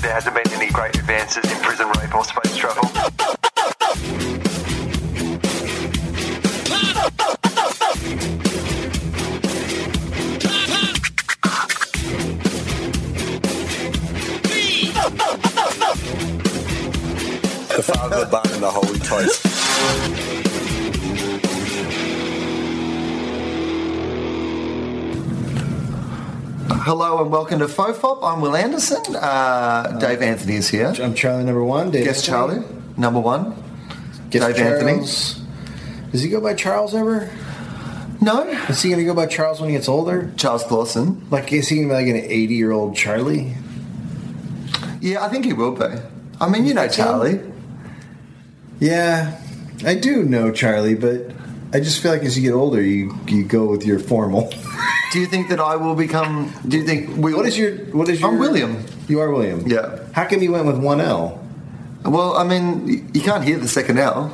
There hasn't been any great advances in prison rape or space travel. The Father, the Bun, and the Holy Toast. Hello and welcome to FOFOP. I'm Will Anderson. Uh, Dave Anthony is here. I'm Charlie number one. Dave Guest Charlie, number one. Guest Dave Anthony. Anthony. Does he go by Charles ever? No, Is he going to go by Charles when he gets older? Charles Clausen. Like, is he going to be like an 80 year old Charlie? Yeah, I think he will be. I mean, you know Charlie. Yeah, I do know Charlie, but I just feel like as you get older, you you go with your formal. Do you think that I will become? Do you think we? What is your What is your? I'm William. You are William. Yeah. How come you went with one L? Well, I mean, y- you can't hear the second L.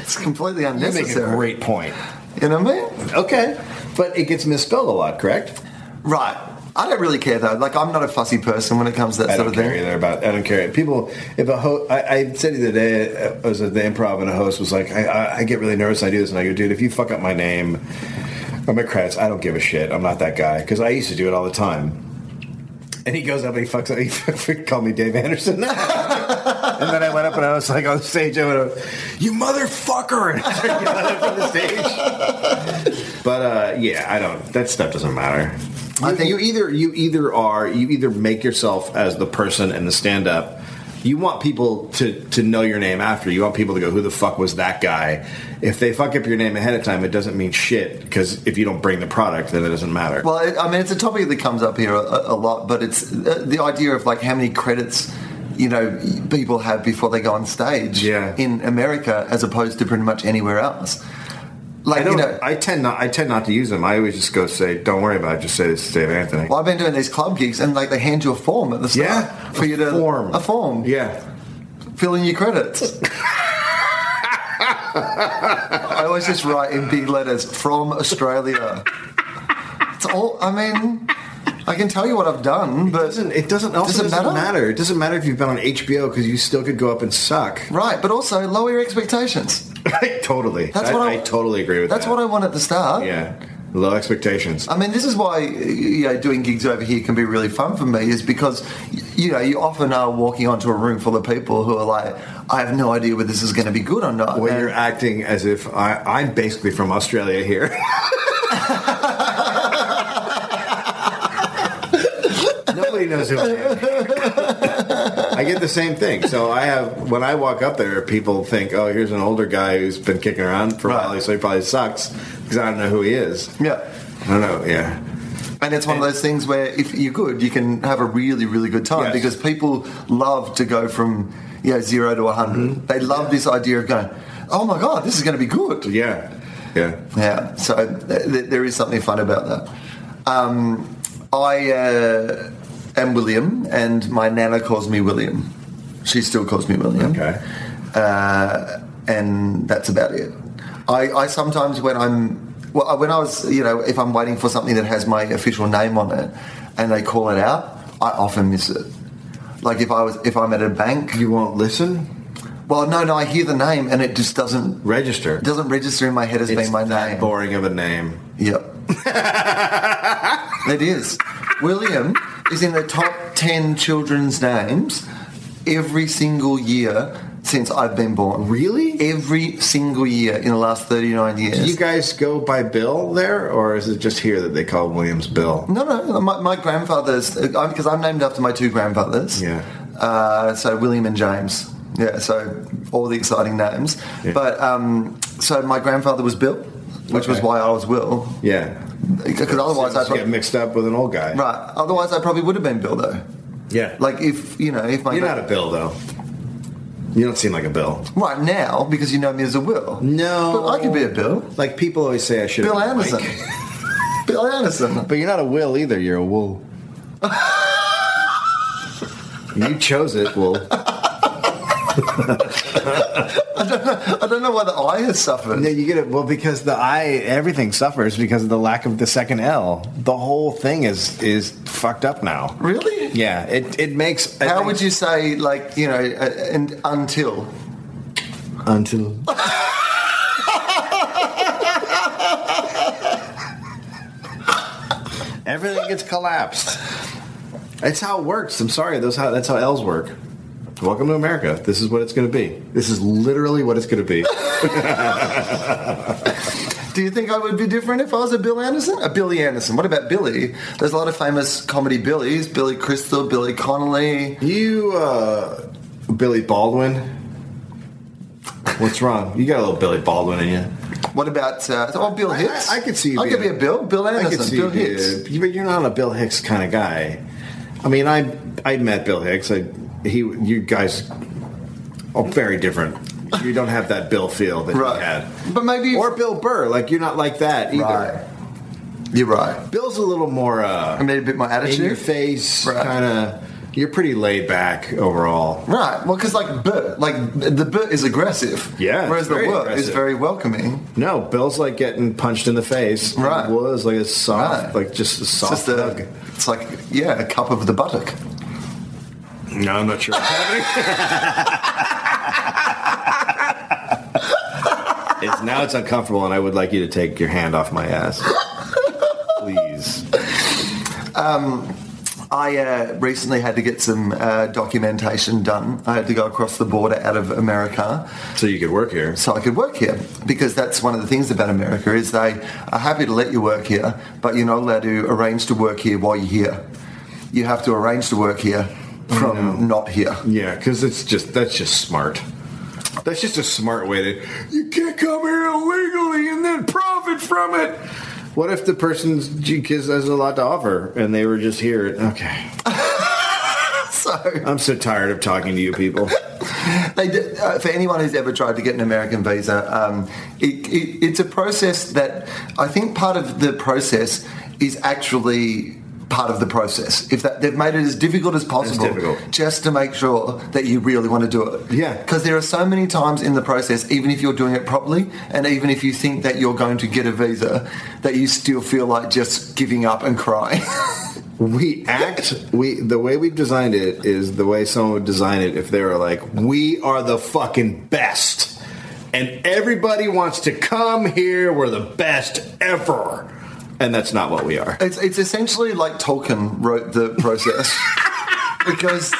it's completely You make a unnecessary. great point. You know what I mean? Okay, but it gets misspelled a lot, correct? Right. I don't really care though. Like, I'm not a fussy person when it comes to that I sort don't of care thing. either about. I don't care. People, if a ho- I, I said the other day, uh, I was at the improv and a host was like, I, I, I get really nervous. when I do this, and I go, dude, if you fuck up my name or my credits, I don't give a shit. I'm not that guy because I used to do it all the time. And he goes up and he fucks up. He called me Dave Anderson. and then I went up and I was like on stage. I went, up, "You motherfucker!" And I started yelling from the stage. But uh, yeah, I don't. That stuff doesn't matter. I You- think- you either you either are you either make yourself as the person and the stand up. You want people to to know your name after. You want people to go, "Who the fuck was that guy?" If they fuck up your name ahead of time, it doesn't mean shit because if you don't bring the product, then it doesn't matter. Well, it, I mean, it's a topic that comes up here a, a lot, but it's uh, the idea of like how many credits you know people have before they go on stage Yeah. in America as opposed to pretty much anywhere else. Like I don't. you know, I, I tend not. I tend not to use them. I always just go say, "Don't worry about it. Just say this is Dave Anthony." well, I've been doing these club gigs and like they hand you a form at the start yeah, for you to form a form Yeah, fill in your credits. I always just write in big letters from Australia. It's all. I mean, I can tell you what I've done, but it doesn't. It doesn't. Also Does it doesn't, matter? matter? It doesn't matter if you've been on HBO because you still could go up and suck. Right, but also lower your expectations. I totally. That's I, what I- I totally agree with. That's that. what I want at the start. Yeah, low expectations. I mean, this is why you know doing gigs over here can be really fun for me, is because you know you often are walking onto a room full of people who are like, I have no idea whether this is going to be good or not. Well, And- you're acting as if I, I'm basically from Australia here. Nobody knows who I am. I get the same thing. So I have when I walk up there, people think, "Oh, here's an older guy who's been kicking around for a while, Right. so he probably sucks." Because I don't know who he is. yeah. I don't know. Yeah, And it's one of those things where if you're good, you can have a really, really good time Yes. because people love to go from you know, zero to 100. They love this idea of going, oh my God, this is going to be good. yeah, yeah. Yeah, so th- th- there is something fun about that. Um, I uh, am William, and my nana calls me William. She still calls me William. Okay. Uh, and that's about it. I, I sometimes when I'm well, I- when I was you know if I'm waiting for something that has my official name on it, and they call it out, I often miss it. Like if I was if I'm at a bank, You won't listen. well, no, no, I hear the name and it just doesn't Register. it doesn't register in my head as It's being my that name. boring of a name. Yep. it is. William is in the top 10 children's names every single year since I've been born. Really? Every single year in the last 39 years. Do you guys go by Bill there, or is it just here that they call Williams Bill? no, no, my, my grandfather's, because I'm named after my two grandfathers. Yeah. Uh, so William and James. Yeah, so all the exciting names. Yeah. But um, so my grandfather was Bill, which was Okay. why I was Will. Yeah. because otherwise I Sometimes you get probably, mixed up with an old guy. right. Otherwise, I probably would have been Bill though. Yeah. Like if you know if my you're not a Bill though. You don't seem like a Bill. right now because you know me as a Will. No. but I could be a Bill. Like people always say, I should. Bill Anderson. Bill Anderson. But you're not a Will either. You're a Wool. you chose it, Wool. I don't know why the eye has suffered. No, you get it. Well, because the I everything suffers because of the lack of the second L. The whole thing is is fucked up now. Really? Yeah. It it makes. How would you say like you know uh, and until? until? everything gets collapsed. It's how it works. I'm sorry. Those how that's how L's work. Welcome to America. This is what it's going to be. This is literally what it's going to be. Do you think I would be different if I was a Bill Anderson? A Billy Anderson. What about Billy? There's a lot of famous comedy Billys. Billy Crystal, Billy Connolly. You, uh, Billy Baldwin. What's wrong? You got a little Billy Baldwin in you. What about uh, oh Bill Hicks? I, I could see. You I could be being- a Bill. Bill I could Anderson. see you Bill being- Hicks. you- but you're not a Bill Hicks kind of guy. I mean, I I met Bill Hicks. I he you guys are very different. You don't have that Bill feel that Right. he had. But maybe- or Bill Burr. Like you're not like that either. Right. You're right. Bill's a little more. Uh, I made a bit more attitude. in your face, Right. kind of. You're pretty laid back overall. Right. Well, because like Bert, like the Bert is aggressive. Yeah, it's Whereas the very work is aggressive. very welcoming. No, Bill's like getting punched in the face. Right. It was like a soft, Right. like just a It's soft just a, hug. it's like yeah, a cup of the buttock. No, I'm not sure what's happening. it's, now it's uncomfortable, and I would like you to take your hand off my ass. Please. I uh, recently had to get some uh, documentation done. I had to go across the border out of America. So you could work here. so I could work here because that's one of the things about America is they are happy to let you work here, but you're not allowed to arrange to work here while you're here. You have to arrange to work here from not here. Yeah, because it's just that's just smart. That's just a smart way to. You can't come here illegally and then profit from it. What if the person's kids has a lot to offer and they were just here? Okay, So I'm so tired of talking to you people. they do, uh, for anyone who's ever tried to get an American visa, um, it, it, it's a process that I think part of the process is actually part of the process. If that, they've made it as difficult as possible, difficult. just to make sure that you really want to do it. Yeah. because there are so many times in the process, even if you're doing it properly, and even if you think that you're going to get a visa, that you still feel like just giving up and crying. We act we the way we've designed it is the way someone would design it if they were like, "We are the fucking best." And everybody wants to come here. We're the best ever. And that's not what we are. It's it's essentially like Tolkien wrote the process because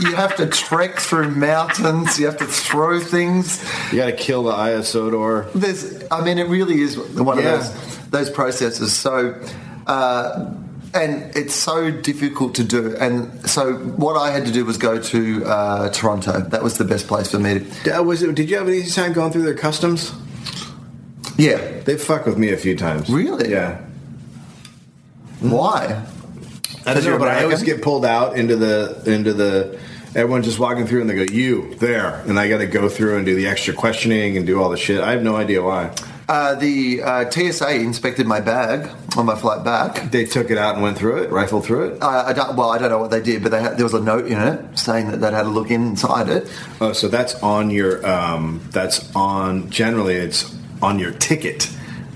you have to trek through mountains, you have to throw things. You got to kill the Iosodor. There's, I mean, it really is one Yeah. of those those processes. So. Uh, and it's so difficult to do. And so, what I had to do was go to uh, Toronto. That was the best place for me. To, Uh, Was it? Did you have an easy time going through their customs? yeah. They fuck with me a few times. Really? Yeah. Why? I don't you're know, but I always American? get pulled out into the into the. Everyone's just walking through, and they go, "You there," and I got to go through and do the extra questioning and do all the shit. I have no idea why. Uh, the uh, TSA inspected my bag on my flight back. They took it out and went through it, rifled through it. I, I don't, well, I don't know what they did, but they had, there was a note in it saying that they'd had a look inside it. Oh, so that's on your. Um, that's on. Generally, it's on your ticket,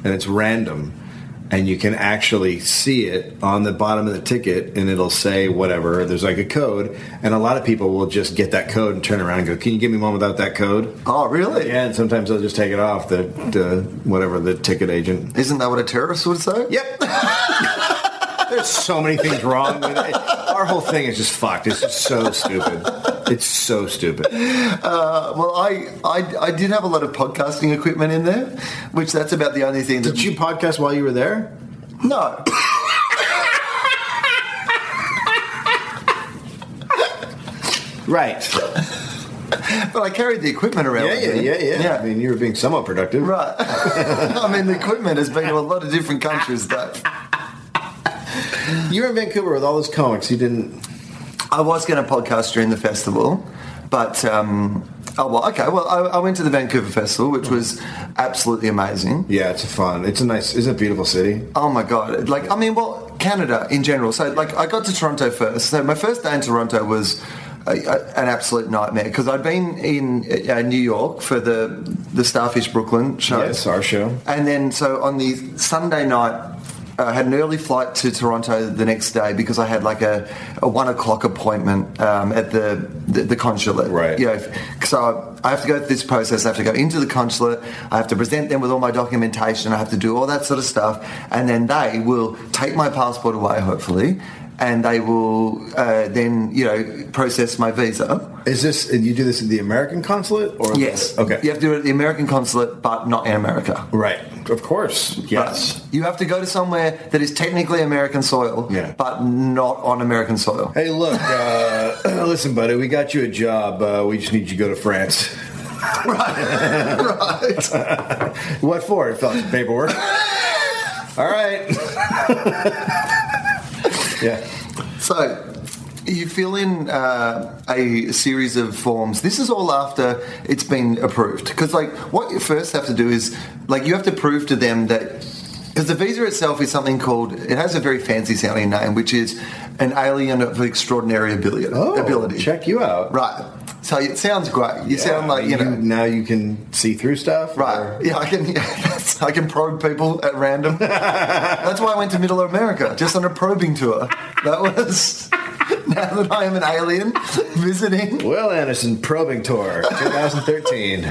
and it's random, and you can actually see it on the bottom of the ticket, and it'll say whatever. There's like a code, and a lot of people will just get that code and turn around and go, "Can you give me one without that code?" Oh, really? Yeah, and sometimes they'll just take it off the, the whatever the ticket agent. Isn't that what a terrorist would say? Yep. There's so many things wrong with it. Our whole thing is just fucked. It's just so stupid. It's so stupid. Uh, well, I, I I did have a lot of podcasting equipment in there, which that's about the only thing that. Did you podcast while you were there? No. Right. but I carried the equipment around. Yeah, with yeah, me. yeah, yeah. I mean, you were being somewhat productive. Right. I mean, the equipment has been to a lot of different countries, though. You're in Vancouver with all those comics. You didn't. I was going to podcast during the festival, but um, oh well. Okay, well, I, I went to the Vancouver Festival, which was absolutely amazing. Yeah, it's a fun. It's a nice. It's a beautiful city. Oh my god! Like I mean, well, Canada in general. So like I got to Toronto first. So my first day in Toronto was. A, a, an absolute nightmare because I'd been in uh, New York for the the Starfish Brooklyn show. Yes, our show. And then, so on the Sunday night, I had an early flight to Toronto the next day because I had like a, a one o'clock appointment um, at the, the the consulate. Right. You know, f- so I have to go through this process. I have to go into the consulate. I have to present them with all my documentation. I have to do all that sort of stuff, and then they will take my passport away, hopefully, and they will uh, then you know process my visa. Is this? and You do this at the American consulate or Yes. Okay. You have to do it at the American consulate, but not in America. Right. Of course. Yes. But you have to go to somewhere that is technically American soil, Yeah. but not on American soil. Hey, look, uh, listen, buddy, we got you a job. Uh, we just need you to go to France. right. What for? Fill out some paperwork. All right. yeah. So you fill in uh, a series of forms. This is all after it's been approved. Because, like, what you first have to do is, like, you have to prove to them that. Because the visa itself is something called, it has a very fancy sounding name, which is an alien of extraordinary ability. Oh, ability. Check you out. Right. So it sounds great. You sound like, you know. now you can see through stuff. Right. or- Yeah, I can. I can probe people at random. That's why I went to Middle America, just on a probing tour. That was. Now that I am an alien visiting, Will Anderson probing tour 2013.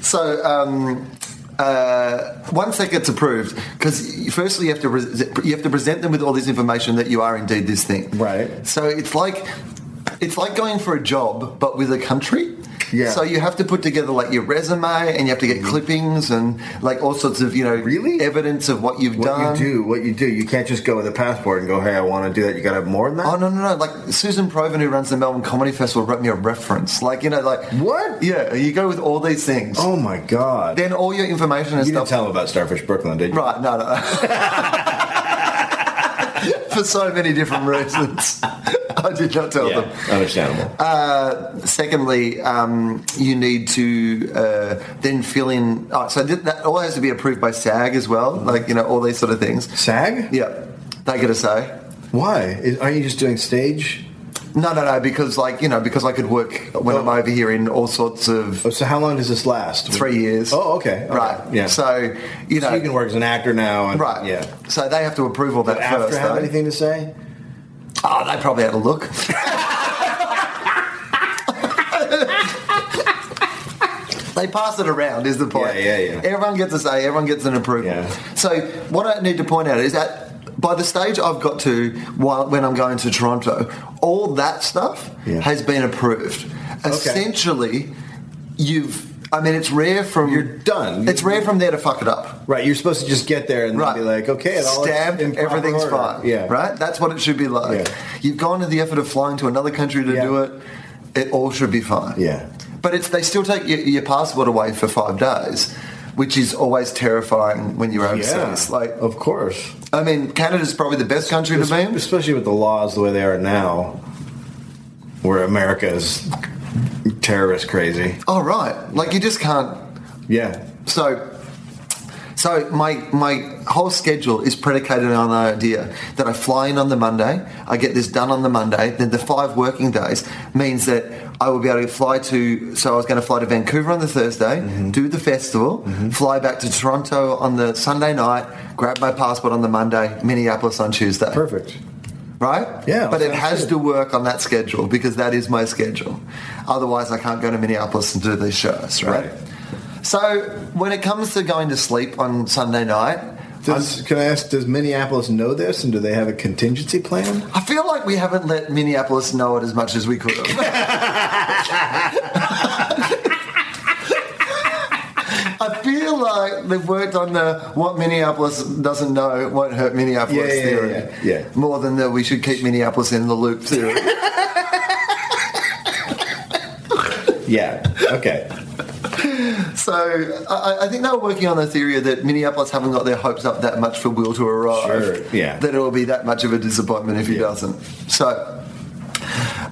so um, uh, once that gets approved, because firstly you have to re- you have to present them with all this information that you are indeed this thing. Right. So it's like it's like going for a job, but with a country. Yeah. Mm-hmm. So you have to put together like your resume, and you have to get clippings and like all sorts of you know Really? evidence of what you've what done. you do, what you do, you can't just go with a passport and go, "Hey, I want to do that." You got to have more than that. Oh no no no! Like Susan Proven, who runs the Melbourne Comedy Festival, wrote me a reference. Like you know, like What? Yeah, you go with all these things. Oh my god! Then all your information and you didn't stuff. tell him about Starfish Brooklyn, did you? right? No no. For so many different reasons, I did not tell Yeah, them. understandable. Uh, secondly, um, you need to uh, then fill in. Oh, so that that all has to be approved by SAG as well. Like you know, all these sort of things. SAG? Yeah, they get a say. Why? Is, aren't you just doing stage? No, no, no. Because like you know, because I could work when I'm over here in all sorts of Oh, so how long does this last? three years. Oh, okay. Okay. Right. Yeah. So you know. So you can work as an actor now. And, Right. Yeah. So they have to approve all that After first. have though. anything to say? Oh, they probably had a look. they pass it around is the point. Yeah, yeah, yeah. Everyone gets a say. Everyone gets an approval. Yeah. So what I need to point out is that by the stage I've got to while when I'm going to Toronto, all that stuff Yeah. has been approved. Essentially, you've. I mean, it's rare from You're done. It's rare from there to fuck it up. Right. You're supposed to just get there and then Right. be like, okay, it all Stamped, in proper everything's order. fine. Yeah. Right? That's what it should be like. Yeah. You've gone to the effort of flying to another country to Yeah. do it. It all should be fine. Yeah. But it's they still take your, your passport away for five days, which is always terrifying when you're Yeah. overseas. Like, of course. I mean, Canada's probably the best country to be in. Especially with the laws the way they are now, where America is terrorist crazy. Oh, right. Like, you just can't. Yeah. So, so my my whole schedule is predicated on the idea that I fly in on the Monday, I get this done on the Monday. Then the five working days means that I will be able to fly to. So I was going to fly to Vancouver on the Thursday, do the festival, fly back to Toronto on the Sunday night, grab my passport on the Monday, Minneapolis on Tuesday. Perfect. Right? Yeah, But it sounds has good. to work on that schedule because that is my schedule. Otherwise, I can't go to Minneapolis and do these shows, right? So, when it comes to going to sleep on Sunday night, Does, can I ask? Does Minneapolis know this, and do they have a contingency plan? I feel like we haven't let Minneapolis know it as much as we could have. I feel like they've worked on the what Minneapolis doesn't know won't hurt Minneapolis Yeah, yeah, theory yeah, yeah. more than the we should keep Minneapolis in the loop theory. Yeah. Okay. So I, I think they were working on the theory that Minneapolis haven't got their hopes up that much for Will to arrive. Sure, yeah. That it'll be that much of a disappointment if he Yeah. doesn't. So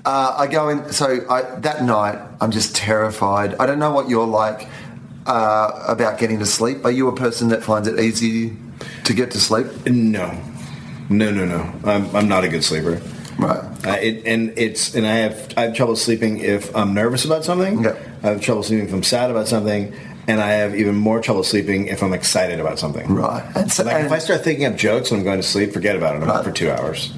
uh, I go in. So I, that night, I'm just terrified. I don't know what you're like uh, about getting to sleep. Are you a person that finds it easy to get to sleep? No, no, no, no. I'm, I'm not a good sleeper. Right. Uh, it, and it's and I have I have trouble sleeping if I'm nervous about something. Yeah. I have trouble sleeping if I'm sad about something, and I have even more trouble sleeping if I'm excited about something. Right. And so, Like and- if I start thinking up jokes when I'm going to sleep, forget about it. I'm up Right. for two hours.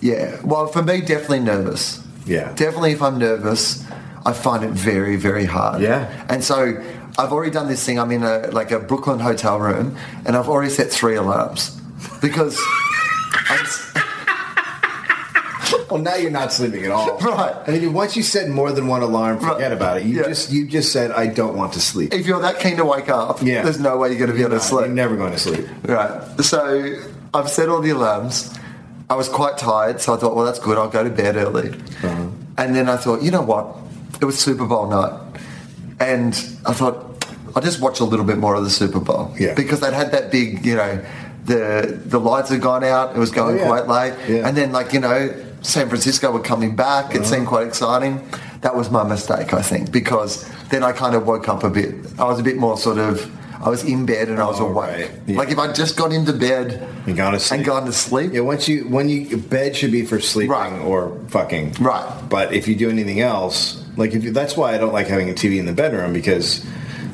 Yeah. Well, for me, definitely nervous. Yeah. Definitely, if I'm nervous, I find it very, very hard. Yeah. And so, I've already done this thing. I'm in a like a Brooklyn hotel room, and I've already set three alarms because. I'm s- Well, now you're not sleeping at all. Right. I mean, once you said more than one alarm, forget Right. about it. You Yeah. just you just said I don't want to sleep. if you're that keen to wake up, Yeah. there's no way you're going to be able to You're sleep. never going to sleep. Right. So I've set all the alarms. I was quite tired, so I thought, well, that's good. I'll go to bed early. Uh-huh. And then I thought, you know what? It was Super Bowl night, and I thought I'll just watch a little bit more of the Super Bowl Yeah. because they'd had that big, you know, the the lights had gone out. It was going Oh, yeah. quite late, Yeah. Uh-huh. and then like you know, San Francisco were coming back. It seemed quite exciting. That was my mistake, I think, because then I kind of woke up a bit. I was a bit more sort of. I was in bed and I was Oh, awake. right. Yeah. Like if I just got into bed And gone to sleep. and gone to sleep, Yeah, once you when you bed should be for sleeping Right. or fucking. Right. But if you do anything else, like if you, that's why I don't like having a TV in the bedroom because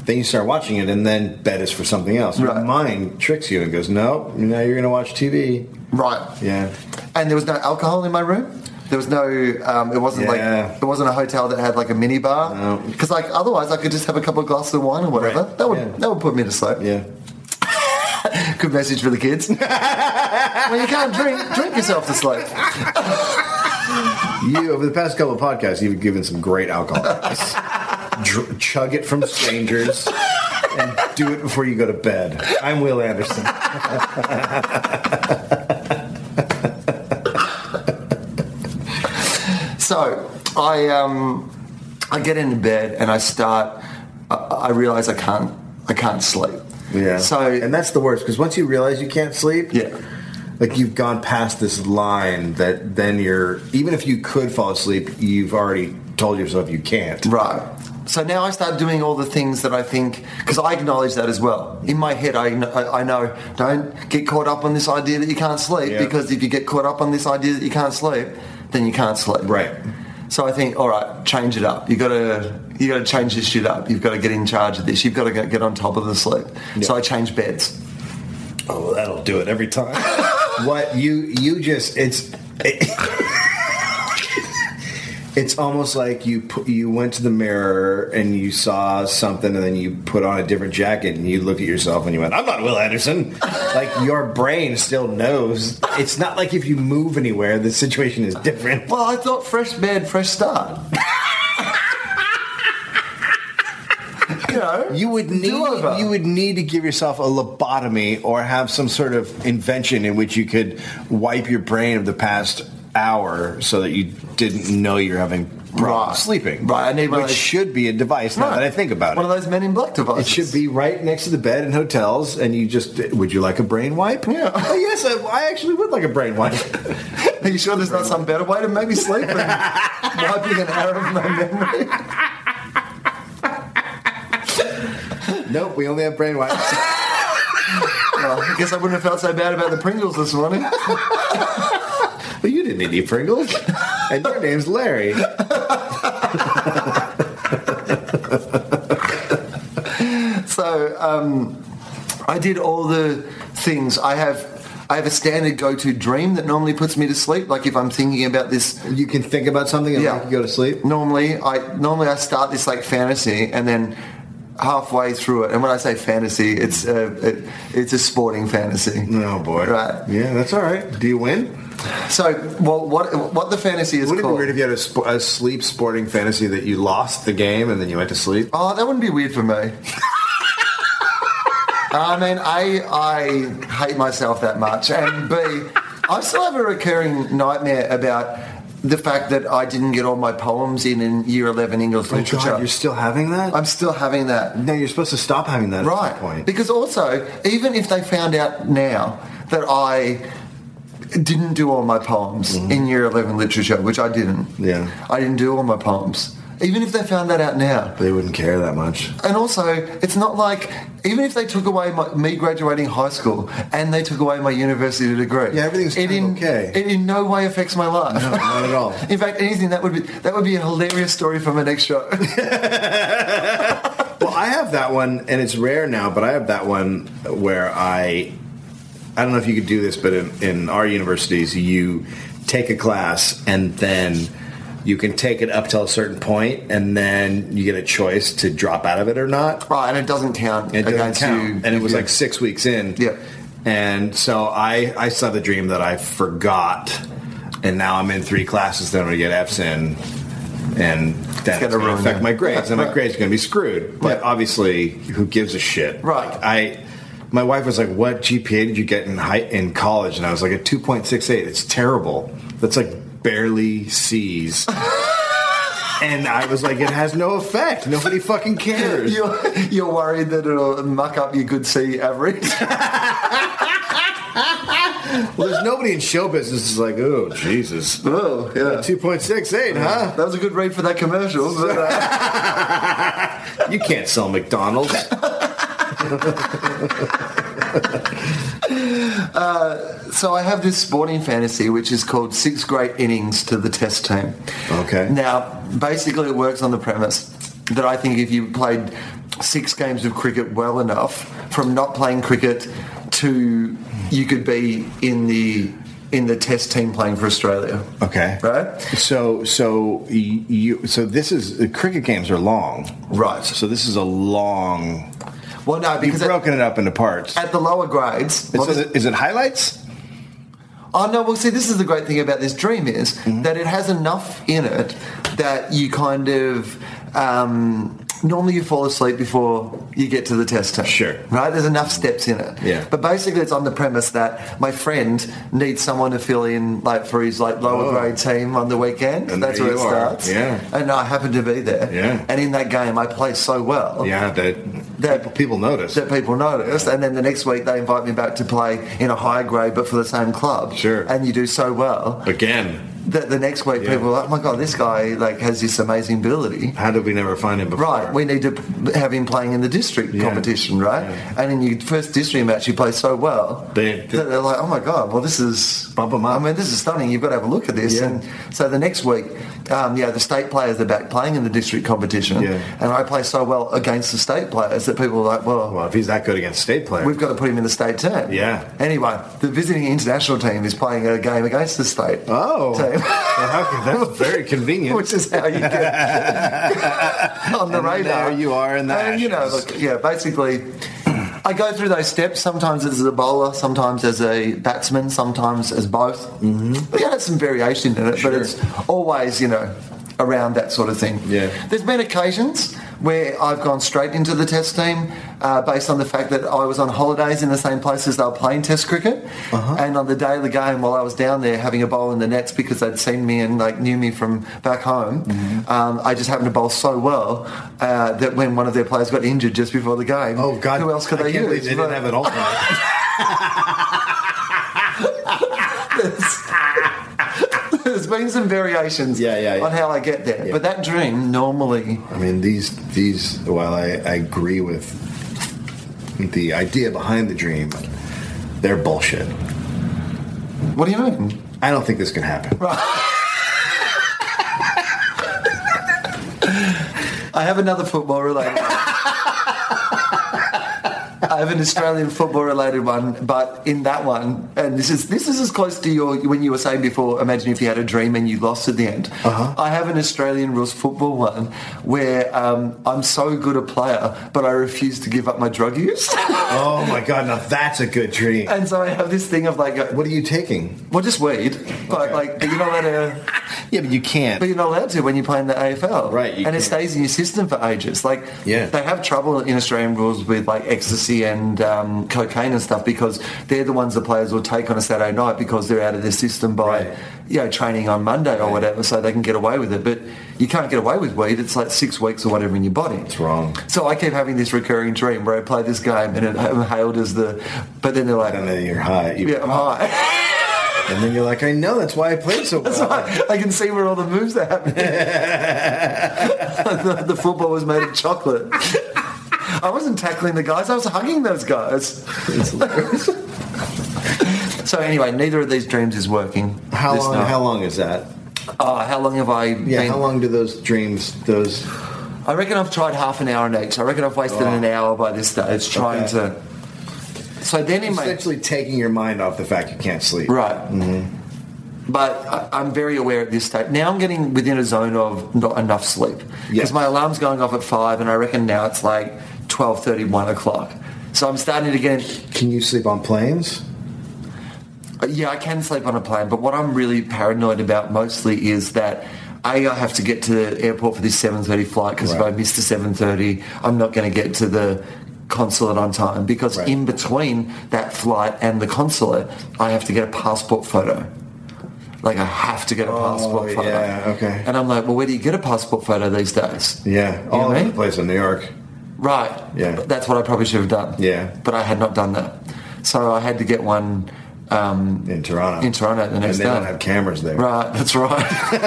then you start watching it and then bed is for something else. Your Right. mind tricks you and goes, nope, now you're gonna watch TV. right? Yeah. And there was no alcohol in my room. There was no. Um, it wasn't Yeah. like it wasn't a hotel that had like a mini bar. No. Because like otherwise, I could just have a couple of glasses of wine or whatever. Right. That would Yeah. that would put me to sleep. Yeah. Good message for the kids. when you can't drink, drink yourself to sleep. You over the past couple of podcasts, you've given some great alcohol. advice. Dr- chug it from strangers and do it before you go to bed. I'm Will Anderson. So I um, I get into bed and I start. I, I realize I can't I can't sleep. Yeah. So and that's the worst because once you realize you can't sleep, Yeah. like you've gone past this line that then you're even if you could fall asleep, you've already told yourself you can't. Right. So now I start doing all the things that I think, because I acknowledge that as well. In my head, I, kn- I I know, don't get caught up on this idea that you can't sleep, Yeah. because if you get caught up on this idea that you can't sleep, then you can't sleep. Right. So I think, all right, change it up. You gotta, you gotta change this shit up. You've got to get in charge of this. You've got to get on top of the sleep. So I change beds. Oh, that'll do it every time. what you you just it's it- it's almost like you put, you went to the mirror and you saw something and then you put on a different jacket and you looked at yourself and you went, "I'm not Will Anderson." like your brain still knows. It's not like if you move anywhere, the situation is different. Well, I thought fresh bed, fresh start. you know, You would need Do-over. you would need to give yourself a lobotomy or have some sort of invention in which you could wipe your brain of the past hour so that you didn't know you're having problems Right. sleeping. Right, I need one of which those- should be a device now Right. that I think about one it. of those Men in Black It devices. should be right next to the bed in hotels, and you just would you like a brain wipe? Yeah. Oh, yes, I, I actually would like a brain wipe. Are you sure there's not some better way to make me sleep than wiping an hour of my memory? nope, we only have brain wipes. Well, I guess I wouldn't have felt so bad about the Pringles this morning. Well, you didn't eat Pringles, and your name's Larry. So um, I did all the things. I have. I have a standard go-to dream that normally puts me to sleep. Like if I'm thinking about this, You can think about something and Yeah. make you go to sleep. normally I normally I start this like fantasy, and then halfway through it, and when I say fantasy, it's a it, it's a sporting fantasy. Oh boy! Right. Yeah, that's all right. Do you win? So, well, what what the fantasy is Wouldn't it be called? weird if you had a, sp- a sleep sporting fantasy that you lost the game and then you went to sleep? Oh, that wouldn't be weird for me. I mean, A, I hate myself that much, and B, I still have a recurring nightmare about the fact that I didn't get all my poems in in year 11 English Oh, literature. God, you're still having that? I'm still having that. no, you're supposed to stop having that right. at some point. Because also, even if they found out now that I didn't do all my poems in year 11 literature, which I didn't. Mm-hmm. Yeah. I didn't do all my poems. Even if they found that out now, they wouldn't care that much. and also, it's not like even if they took away my, me graduating high school and they took away my university degree, Yeah, everything's it kind in, of okay. It in no way affects my life. No, not at all. in fact, anything that would be that would be a hilarious story for my next show. Well, I have that one, and it's rare now, but I have that one where I. I don't know if you could do this, but in, in our universities, you take a class and then you can take it up till a certain point, and then you get a choice to drop out of it or not. right, and it doesn't count It doesn't against count. you. and it was Yeah. like six weeks in. Yeah. And so I, I saw the dream that I forgot, and now I'm in three classes that I'm going to get F's in, and that's gonna going to ruin affect you. my grades, Yeah, and my right. grades are going to be screwed. But Yeah. obviously, who gives a shit? Right. Like, I, my wife was like, "What GPA did you get in high, in college?" And I was like, "A 2.68. It's terrible. That's like barely C's." and I was like, "It has no effect. Nobody fucking cares." You're, you're worried that it'll muck up your good C average. Well, there's nobody in show business is like, oh Jesus, oh, yeah. two point six eight, huh? That was a good read for that commercial. But, uh, You can't sell McDonald's. so I have this sporting fantasy which is called six great innings to the test team. Okay. Now, basically, it works on the premise that I think if you played six games of cricket well enough, from not playing cricket to you could be in the in the test team playing for Australia. Okay. Right? So, so y- you, so this is uh, cricket games are long, Right. So this is a long. Well, no, You've because at, broken it up into parts. at the lower grades, Is it, is it highlights? Oh no! Well, see, this is the great thing about this dream is Mm-hmm. that it has enough in it that you kind of um, normally you fall asleep before you get to the test time. Sure. right? There's enough steps in it. Yeah. But basically, it's on the premise that my friend needs someone to fill in like for his like lower Oh. grade team on the weekend. And That's there where it you are. starts. Yeah. and I happen to be there. Yeah. and in that game, I play so well Yeah, that, That- people, people notice. that people notice, and then the next week they invite me back to play in a higher grade, but for the same club. Sure. And you do so well Again, that the next week Yeah. people are like, "Oh my god, this guy like has this amazing ability." how did we never find him before? Right, we need to p- have him playing in the district Yeah. competition, right? Yeah. And in your first district match, you play so well They- that they're like, "Oh my god, well this is Bump 'em up. I mean, this is stunning. You've got to have a look at this." Yeah. And so the next week, um, yeah, the state players are back playing in the district competition, Yeah. and I play so well against the state players that people are like, "Well, Well, if he's that good against state players, We've got to put him in the state team. Yeah. Anyway, the visiting international team is playing a game against the state. oh, Team. Well, how could- that's very convenient. Which is how you get on the And radar. there you are in the And, you know, ashes. look, yeah, basically, I go through those steps sometimes as a bowler, sometimes as a batsman, sometimes as both. Mm-hmm. Yeah, there's some variation in it, Sure. but it's always, you know, around that sort of thing. Yeah. There's been occasions where I've gone straight into the test team uh, based on the fact that I was on holidays in the same place as they were playing test cricket. Uh-huh. And on the day of the game, while I was down there having a bowl in the nets because they'd seen me and like knew me from back home, Mm-hmm. um, I just happened to bowl so well uh, that when one of their players got injured just before the game, Oh God! who else could I they can't believe use? They didn't But- have an alternate. There's been some variations Yeah, yeah, yeah. on how I get there. Yeah. But that dream normally I mean, these these. While I, I agree with the idea behind the dream, they're bullshit. what do you mean? I don't think this can happen. I have another football related. I have an Australian football related one, but in that one, and this is this is as close to your when you were saying before. Imagine if you had a dream and you lost at the end. Uh-huh. I have an Australian rules football one where um, I'm so good a player, but I refuse to give up my drug use, Oh my God! Now that's a good dream. and so I have this thing of like, What are you taking? well, just weed, but Okay. like, but you're not allowed to. Yeah, but you can't. But you're not allowed to when you're playing the AFL, Right, And you it can't. stays in your system for ages. Like, Yeah. they have trouble in Australian rules with like ecstasy and um, cocaine and stuff because they're the ones the players will take on a Saturday night because they're out of their system by Right. you know training on Monday or whatever, so they can get away with it. But you can't get away with weed; it's like six weeks or whatever in your body. It's wrong. So I keep having this recurring dream where I play this game and it, I'm hailed as the, but then they're like, And then you're high. You- yeah, I'm high. And then you're like, I know, that's why I played so well. So I, I can see where all the moves are happening. the, the football was made of chocolate. I wasn't tackling the guys, I was hugging those guys. so anyway, neither of these dreams is working. How this long? night. How long is that? Oh, how long have I Yeah. been? How long do those dreams? Those. I reckon I've tried half an hour in each. I reckon I've wasted an hour by this stage trying Oh. Okay. to. So then in my Essentially, taking your mind off the fact you can't sleep. Right. But I, I'm very aware at this stage. Now I'm getting within a zone of not enough sleep because Yes. my alarm's going off at five, and I reckon now it's like 12:30, 1 o'clock. So I'm starting to get. Can you sleep on planes? Uh, Yeah, I can sleep on a plane, but what I'm really paranoid about mostly is that. A, I have to get to the airport for this 7.30 flight because Right. if I miss the 7.30, I'm not going to get to the consulate on time because Right. in between that flight and the consulate, I have to get a passport photo. Like I have to get a passport photo. Oh, yeah, okay. And I'm like, well, where do you get a passport photo these days? Yeah. You know what All I over the mean? place in New York. Right. Yeah. But That's what I probably should have done. Yeah. But I had not done that. So I had to get one um, In Toronto. in Toronto the next and they day. don't have cameras there. Right, that's right. but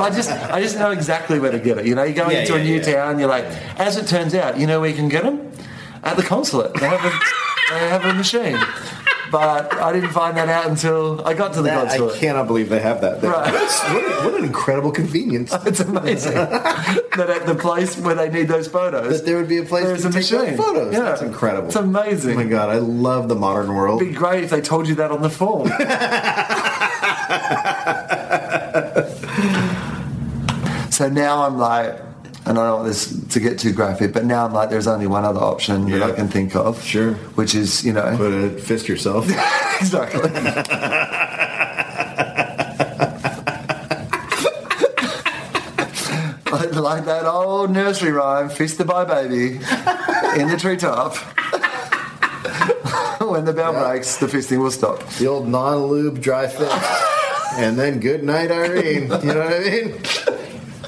I just, I just know exactly where to get it. You know, you go Yeah, into a yeah, new yeah. town, you're like, as it turns out, you know where you can get them at the consulate. They have a, they have a machine. But I didn't find that out until I got to the That- consulate. I cannot believe they have that. There. Right. That's- what, what an incredible convenience. It's amazing that at the place where they need those photos, That there would be a place there's to a take those machine. photos. Yeah. That's incredible. It's amazing. Oh my god, I love the modern world. It'd be great if they told you that on the form. so now I'm like, and I don't want this to get too graphic, but now I'm like, there's only one other option that I Yeah. can think of. Sure. Which is, you know, Put a fist yourself. exactly. like, like that old nursery rhyme, "Fist the by baby in the treetop." when the bell breaks, the fisting will stop. the old non-lube dry fist, and then good night, Irene. You know what I mean?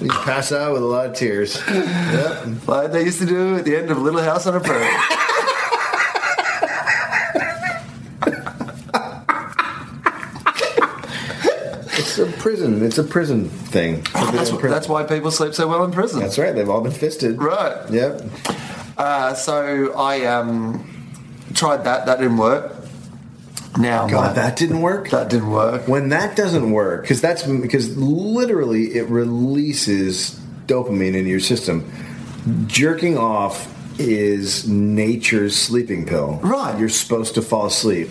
You pass out with a lot of tears. Yep. Like they used to do at the end of Little House on a Prairie. It's a prison. It's a prison thing. Oh, that's, that's why people sleep so well in prison. That's right. They've all been fisted. Right. Yep. Uh, so I um, tried that. That didn't work. Now I'm God, like, that didn't work. that didn't work. when that doesn't work because that's because literally it releases dopamine into your system jerking off is nature's sleeping pill Right. you're supposed to fall asleep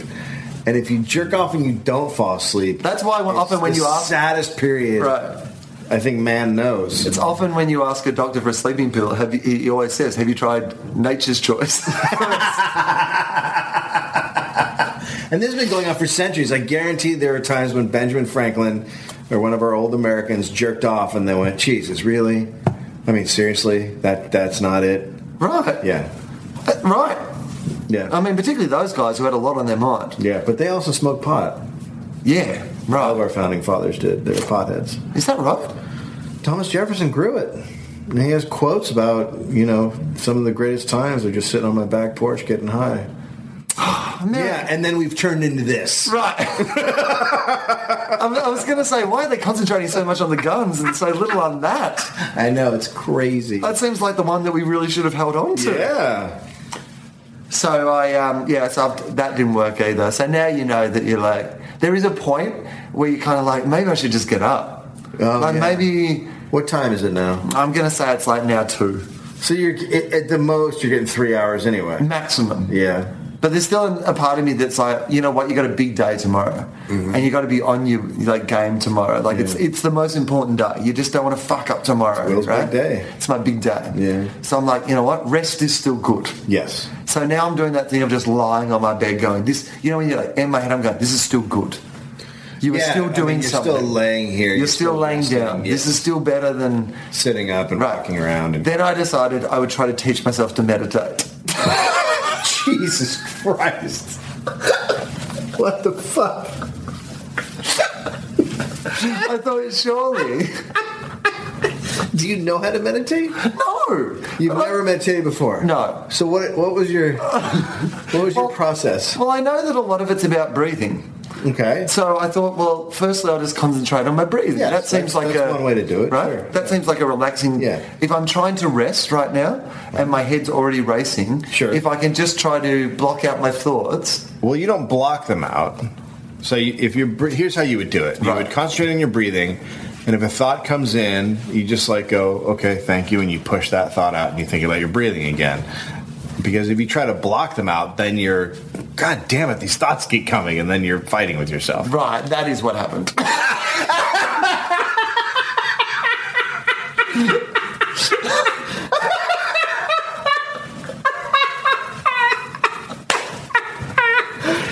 and if you jerk off and you don't fall asleep That's why when- it's often when the you ask- saddest period Right. i think man knows It's often when you ask a doctor for a sleeping pill, have you, he always says, "Have you tried Nature's Choice?" And this has been going on for centuries. I guarantee there are times when Benjamin Franklin or one of our old Americans jerked off and they went, Jesus, really? I mean, seriously? That that's not it? right. Yeah. Uh, Right. Yeah. I mean, particularly those guys who had a lot on their mind. yeah, but they also smoked pot. Yeah. All of Right. our founding fathers did. They were potheads. Is that right? Thomas Jefferson grew it. And he has quotes about, you know, some of the greatest times are just sitting on my back porch getting high. Yeah, and then we've turned into this. Right. I'm- I was going to say, why are they concentrating so much on the guns and so little on that? I know, it's crazy. That seems like the one that we really should have held on to. yeah. So I, um, yeah, so I've, that didn't work either. So now you know that you're like, there is a point where you're kind of like, maybe I should just get up. Oh, like yeah. maybe What time is it now? I'm going to say it's like now two So you're at at the most you're getting three hours anyway. Mm-hmm. maximum. Yeah. But there's still a part of me that's like, you know what, you got a big day tomorrow, Mm-hmm. and you got to be on your like game tomorrow. Like it's it's the most important day. You just don't want to fuck up tomorrow. Will's big right? day. It's my big day. Yeah. So I'm like, you know what, rest is still good. Yes. So now I'm doing that thing of just lying on my bed, going, this. You know, when you're like in my head, I'm going, this is still good. You were Yeah, still I mean, doing you're something. still laying here, You're, you're still, still laying resting, down. yeah. This is still better than Sitting up and Right. walking around and Then I decided I would try to teach myself to meditate. Jesus Christ. What the fuck? I thought, surely. Do you know how to meditate? No! You've But I- never meditated before. Uh, No. So what? What was your? What was your process? Well, I know that a lot of it's about breathing. Okay. So I thought, well, firstly, I'll just concentrate on my breathing. Yes, that seems that's- like that's a, one way to do it, right? sure. That seems like a relaxing. Yeah. If I'm trying to rest right now and my head's already racing, Sure. If I can just try to block out my thoughts, Well, you don't block them out. So you, if you're br- here's how you would do it. You Right. would concentrate on your breathing, and if a thought comes in, you just like go, okay, thank you, and you push that thought out, and you think about your breathing again. Because if you try to block them out, then you're, god damn it, these thoughts keep coming, and then you're fighting with yourself. right? That is what happened.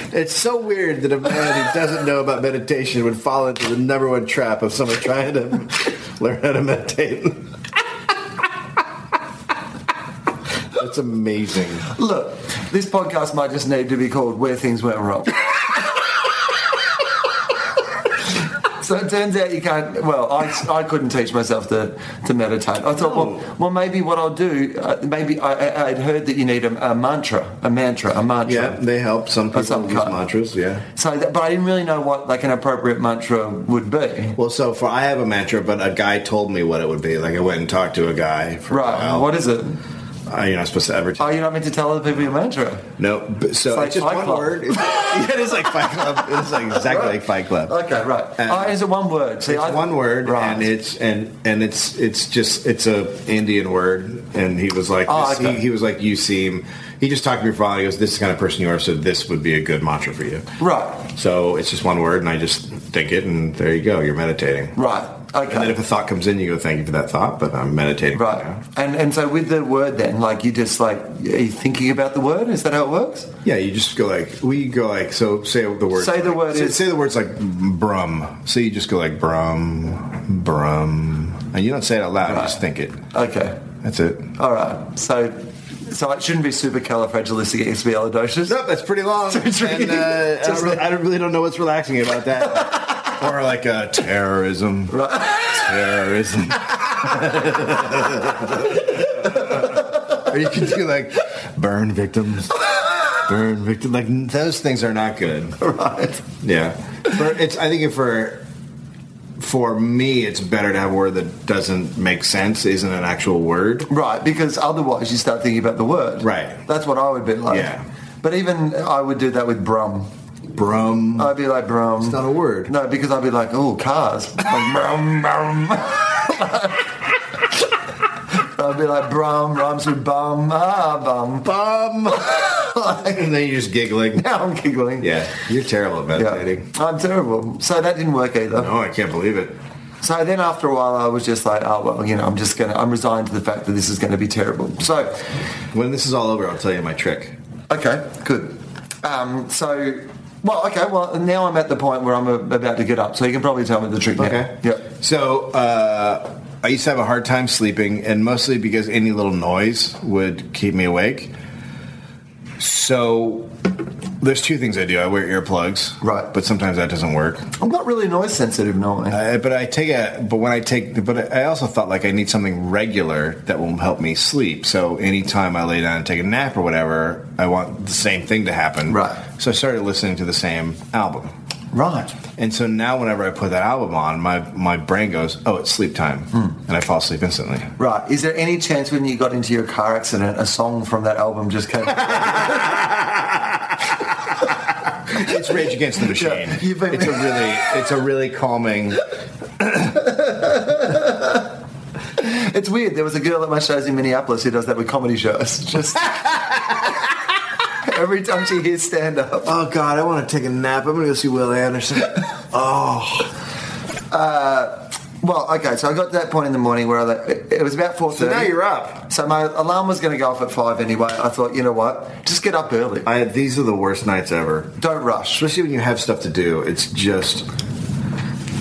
It's so weird that a man who doesn't know about meditation would fall into the number one trap of someone trying to learn how to meditate. That's amazing. Look, this podcast might just need to be called "Where Things Went Wrong." So it turns out you can't. Well, I, I couldn't teach myself to, to meditate. I thought, well, well, maybe what I'll do, uh, maybe I, I, I'd heard that you need a, a mantra, a mantra, a mantra. Yeah, they help some people some use kind. mantras. Yeah. So, that, but I didn't really know what like an appropriate mantra would be. Well, so for I have a mantra, but a guy told me what it would be. Like I went and talked to a guy. For Right? A while. What is it? Uh, you're not supposed to ever. Oh, Tell. you're not meant to tell other people your mantra. No. but- So It's like it's, just Fight one Club. word. yeah, it is like Fight Club. It's like exactly like Fight Club. Okay, right. Uh, oh, is it one word? See, it's I- one word, Right. and it's and and it's it's just it's a Indian word, and he was like, Oh, this- okay. he, he was like, you seem. He just talked to me for a while. He goes, "This is the kind of person you are, so this would be a good mantra for you." right. So it's just one word, and I just think it, and there you go. You're meditating. Right. Okay. And then if a thought comes in, you go, "Thank you for that thought," but I'm meditating Right. now. And and so with the word then, like you just like are you thinking about the word? Is that how it works? Yeah, you just go like we go like so. Say the word. Say the word Say, is- say the words like brum. So you just go like brum, brum, and you don't say it out loud. You just think it. Okay. That's it. All right. So so it shouldn't be supercalifragilisticexpialidocious. Nope, that's pretty long. It's really- and, uh, I, just don't really, I don't really don't know what's relaxing about that. or like uh, terrorism. Terrorism. or you could do like burn victims. Burn victim. Like those things are not good. Right. Yeah. For, it's. I think for for me, it's better to have a word that doesn't make sense, isn't an actual word. Right, because otherwise you start thinking about the word. Right. That's what I would be like. Yeah. But even I would do that with brum. Brum. I'd be like brum. Uh, It's not a word. No, because I'd be like, oh, cars. Like, brum, brum. I'd be like, brum rhymes with bum, ah, bum. bum. and then you're just giggling. Now I'm giggling. Yeah, you're terrible at Yeah. meditating. I'm terrible. So that didn't work either. No, I can't believe it. So then after a while, I was just like, oh, well, you know, I'm just going to, I'm resigned to the fact that this is going to be terrible. So, When this is all over, I'll tell you my trick. okay, good. Um, so, well, okay, well, now I'm at the point where I'm a, about to get up. So you can probably tell me the trick Okay. now. Yep. So uh, I used to have a hard time sleeping, and mostly because any little noise would keep me awake. So there's two things I do. I wear earplugs, Right. But sometimes that doesn't work. I'm not really noise sensitive normally. Uh, but I take a. But when I take. But I also felt like I need something regular that will help me sleep. So anytime I lay down and take a nap or whatever, I want the same thing to happen. Right. So I started listening to the same album. right. And so now, whenever I put that album on, my, my brain goes, "Oh, it's sleep time," Hmm. and I fall asleep instantly. Right. Is there any chance when you got into your car accident, a song from that album just came It's Rage Against the Machine. Yeah, you've been- it's a really, it's a really calming. It's weird. There was a girl at my shows in Minneapolis who does that with comedy shows. Just every time she hears stand up. Oh God, I want to take a nap. I'm gonna go see Will Anderson. Oh. Uh, Well, okay. So I got to that point in the morning where I like, it- it was about four thirty. now you're up. So my alarm was going to go off at five anyway. I thought, you know what? Just get up early. I, these are the worst nights ever. Don't rush. especially when you have stuff to do. It's just.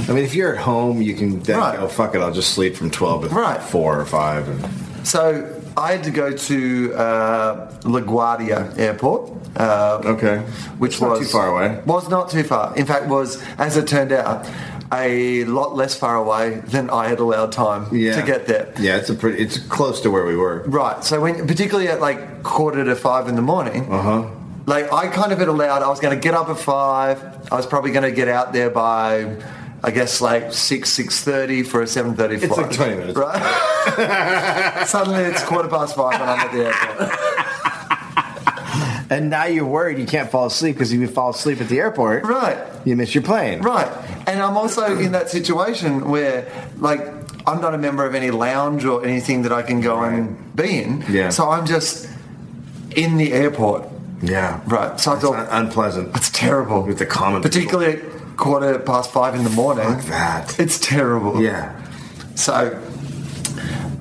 I mean, if you're at home, you can then Right. go, fuck it, I'll just sleep from 12 to Right. 4 or 5. And So I had to go to uh, LaGuardia Airport. Uh, Okay. Which It's not was too far away. Was not too far. In fact, was as it turned out, a lot less far away than I had allowed time to get there. Yeah, it's a pretty. It's close to where we were. Right. So when, particularly at like quarter to five in the morning. Uh Uh-huh. huh. Like I kind of had allowed. I was going to get up at five. I was probably going to get out there by, I guess like six six thirty for a seven thirty flight. It's like 20 minutes. Right. Suddenly it's quarter past five and I'm at the airport. And now you're worried you can't fall asleep because if you fall asleep at the airport, Right. you miss your plane. Right. And I'm also in that situation where, like, I'm not a member of any lounge or anything that I can go and be in. Yeah. So I'm just in the airport. Yeah. Right. So I It's thought, un- unpleasant. it's terrible. With the common people. Particularly at quarter past five in the morning. Fuck that. It's terrible. Yeah. So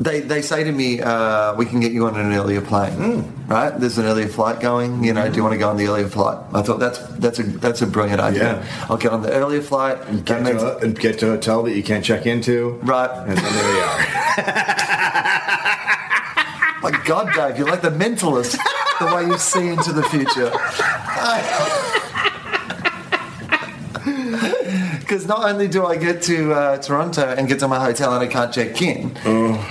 they, they say to me, uh, we can get you on an earlier plane, Hmm. right? There's an earlier flight going. You know, do you want to go on the earlier flight? I thought that's that's a that's a brilliant idea. Yeah. I'll get on the earlier flight. That Get means- to, a, and get to a hotel that you can't check into. Right. And then there we are. My God, Dave, you're like the mentalist. The way you see into the future. Because not only do I get to uh, Toronto and get to my hotel and I can't check in,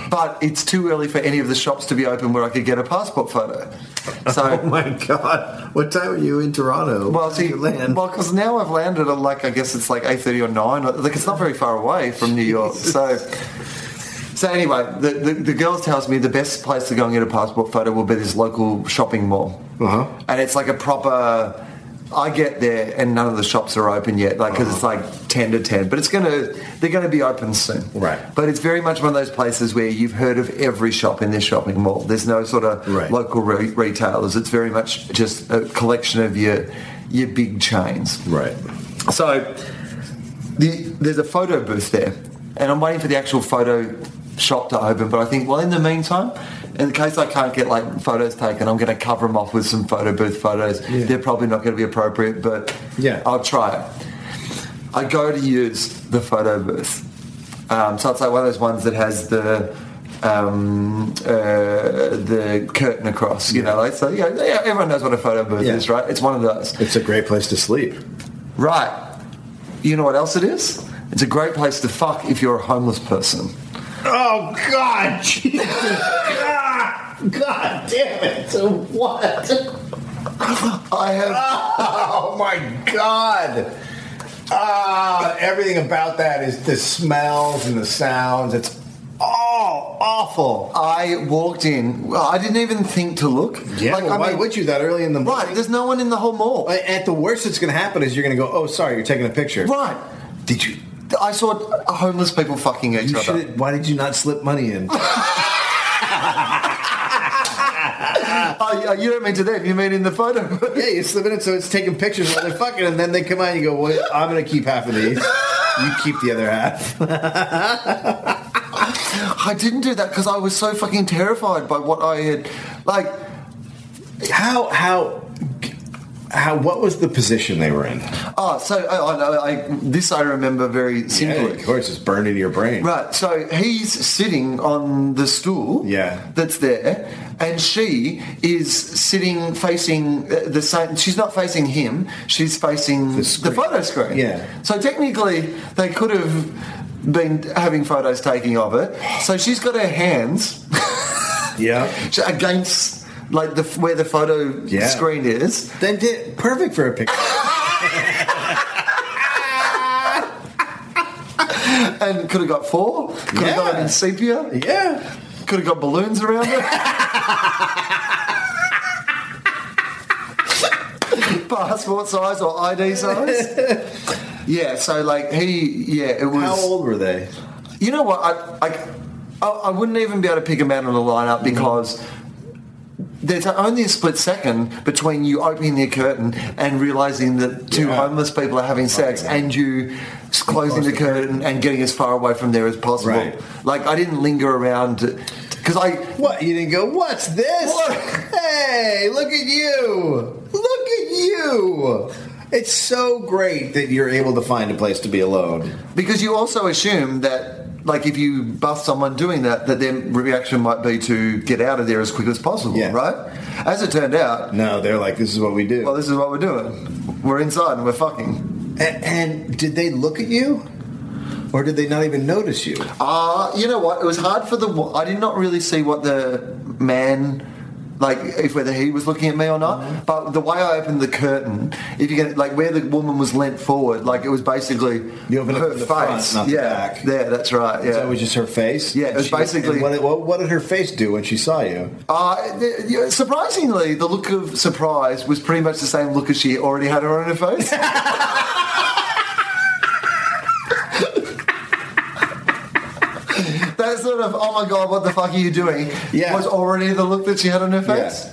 but it's too early for any of the shops to be open where I could get a passport photo. So, Oh my god! What time are you in Toronto? well, When did see, you land. well, because now I've landed at like I guess it's like eight thirty or nine. Like it's not very far away from New York. So, so anyway, the, the the girls tells me the best place to go and get a passport photo will be this local shopping mall, Uh-huh. and it's like a proper. I get there and none of the shops are open yet, like because Uh-huh. it's like ten to ten. But it's gonna, they're gonna be open soon. Right. But it's very much one of those places where you've heard of every shop in this shopping mall. There's no sort of Right. local re- retailers. It's very much just a collection of your your big chains. right. So the, there's a photo booth there, and I'm waiting for the actual photo shop to open. But I think, well, in the meantime, in case I can't get like photos taken, I'm going to cover them off with some photo booth photos. They're probably not going to be appropriate, but Yeah. I'll try it. I go to use the photo booth. Um, so it's like one of those ones that has the um, uh, the curtain across, you know. Like, so yeah, yeah, everyone knows what a photo booth Yeah. is, right? It's one of those. It's a great place to sleep. Right. You know what else it is? It's a great place to fuck if you're a homeless person. Oh God! Jesus. Ah, God damn it! So what? I have. Oh my God! Ah, everything about that is the smells and the sounds. It's all awful. I walked in. Well, I didn't even think to look. Yeah, well, why mean- would you that early in the Right. morning? There's no one in the whole mall. At the worst, that's going to happen is you're going to go, "Oh, sorry, you're taking a picture." Right. Did you? I saw homeless people fucking each You other. should. Why did you not slip money in? Oh, yeah, you don't mean to them. You mean in the photo. Yeah, you slip it in, so it's taking pictures while they're fucking, and then they come out and you go, well, I'm going to keep half of these. You keep the other half. I didn't do that because I was so fucking terrified by what I had. Like, How, how, how, what was the position they were in? oh, so oh, I know. I, this I remember very simply. of course, it's burned into your brain. Right, so he's sitting on the stool Yeah. that's there, and she is sitting facing uh, the same. She's not facing him, she's facing the, screen. photo screen. Yeah. So technically, they could have been having photos taking of it. So she's got her hands Yeah. against like the where the photo Yeah. screen is. Then did, perfect for a picture. And could have got four, could Yeah. have got it in sepia, yeah. could have got balloons around it. Passport size or ID size. Yeah, so like he, yeah, it was. How old were they? You know what? I, I, I I wouldn't even be able to pick him out on the lineup Mm-hmm. because there's only a split second between you opening the curtain and realizing that two Yeah. homeless people are having sex and you s- closing the curtain and getting as far away from there as possible. Right. Like, I didn't linger around because I. What? You didn't go, what's this? What? Hey, look at you. Look at you. It's so great that you're able to find a place to be alone. Because you also assume that like if you bust someone doing that, that their reaction might be to get out of there as quick as possible, Yeah. right? As it turned out, No, they're like, this is what we do. well, this is what we're doing. We're inside and we're fucking. and, and did they look at you, or did they not even notice you? Uh, you know what? It was hard for the. wo- I did not really see what the man. Like if whether he was looking at me or not, Mm-hmm. but the way I opened the curtain, if you get like where the woman was leant forward, like it was basically You opened it her from the face, front, not the yeah, back. there, that's right, yeah. So it was just her face. Yeah, it And was she- and basically- What, what, what did her face do when she saw you? Uh, th- yeah, surprisingly, the look of surprise was pretty much the same look as she already had her on her face. that sort of "Oh my god, what the fuck are you doing?" Yeah. was already the look that she had on her face.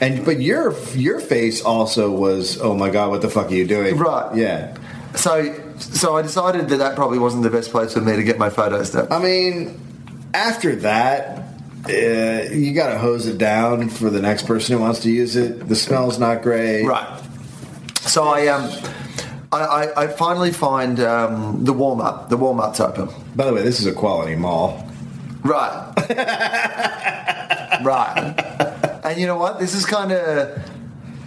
And but your your face also was oh my god what the fuck are you doing Right. yeah So, so I decided that that probably wasn't the best place for me to get my photos done. I mean after that uh, you gotta hose it down for the next person who wants to use it the smell's not great Right. So I um, I, I, I finally find um, the warm up. The warm up's open. by the way this is a quality mall Right. right. And you know what? This is kind of.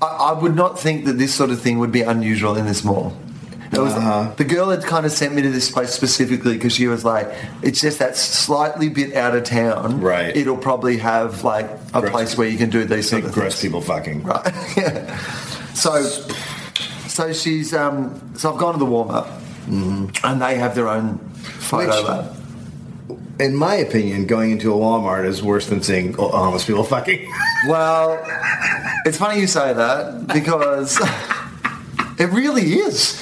I, I would not think that this sort of thing would be unusual in this mall. It was, Uh-huh. The girl had kind of sent me to this place specifically because she was like, "It's just that slightly bit out of town. Right. It'll probably have like a Gross. place where you can do these sort big of gross things." people fucking Right. yeah. So, so she's. Um, so I've gone to the warm up, and they have their own photo Mm-hmm. Which- lab. in my opinion going into a Walmart is worse than seeing oh, homeless people fucking Well, it's funny you say that because it really is.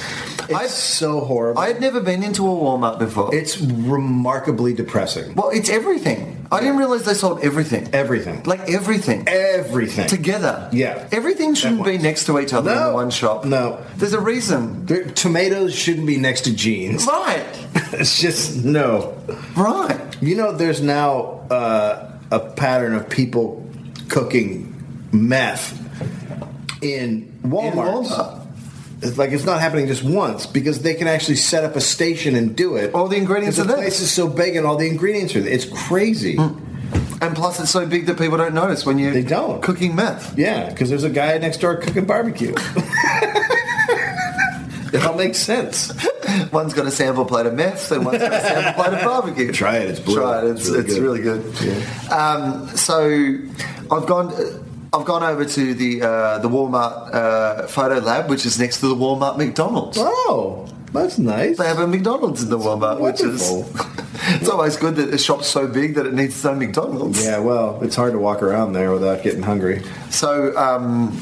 it's so horrible I had never been into a warm up before. it's remarkably depressing well, it's everything. I didn't realize they sold everything. everything Like everything. everything Together. Yeah. Everything shouldn't be once. next to each other No. in one shop. No. There's a reason. There- tomatoes shouldn't be next to jeans Right. It's just no. Right. You know, there's now uh, a pattern of people cooking meth in Walmart. Walmart. It's like it's not happening just once because they can actually set up a station and do it. All the ingredients Because are The there. Mm. place is so big and all the ingredients are there. It's crazy. And plus, it's so big that people don't notice when you're They don't. cooking meth. Yeah, because there's a guy next door cooking barbecue. it all makes sense. One's got a sample plate of meth, and one's got a sample plate of barbecue. Try it, it's blue. Try it. It's, it's, really, good. Um, so I've gone. I've gone over to the uh, the Walmart uh, photo lab, which is next to the Walmart McDonald's. Oh, that's nice. They have a McDonald's in the Walmart, which is. Wonderful. It's always good that a shop's so big that it needs its own McDonald's. Yeah, well, it's hard to walk around there without getting hungry. So um,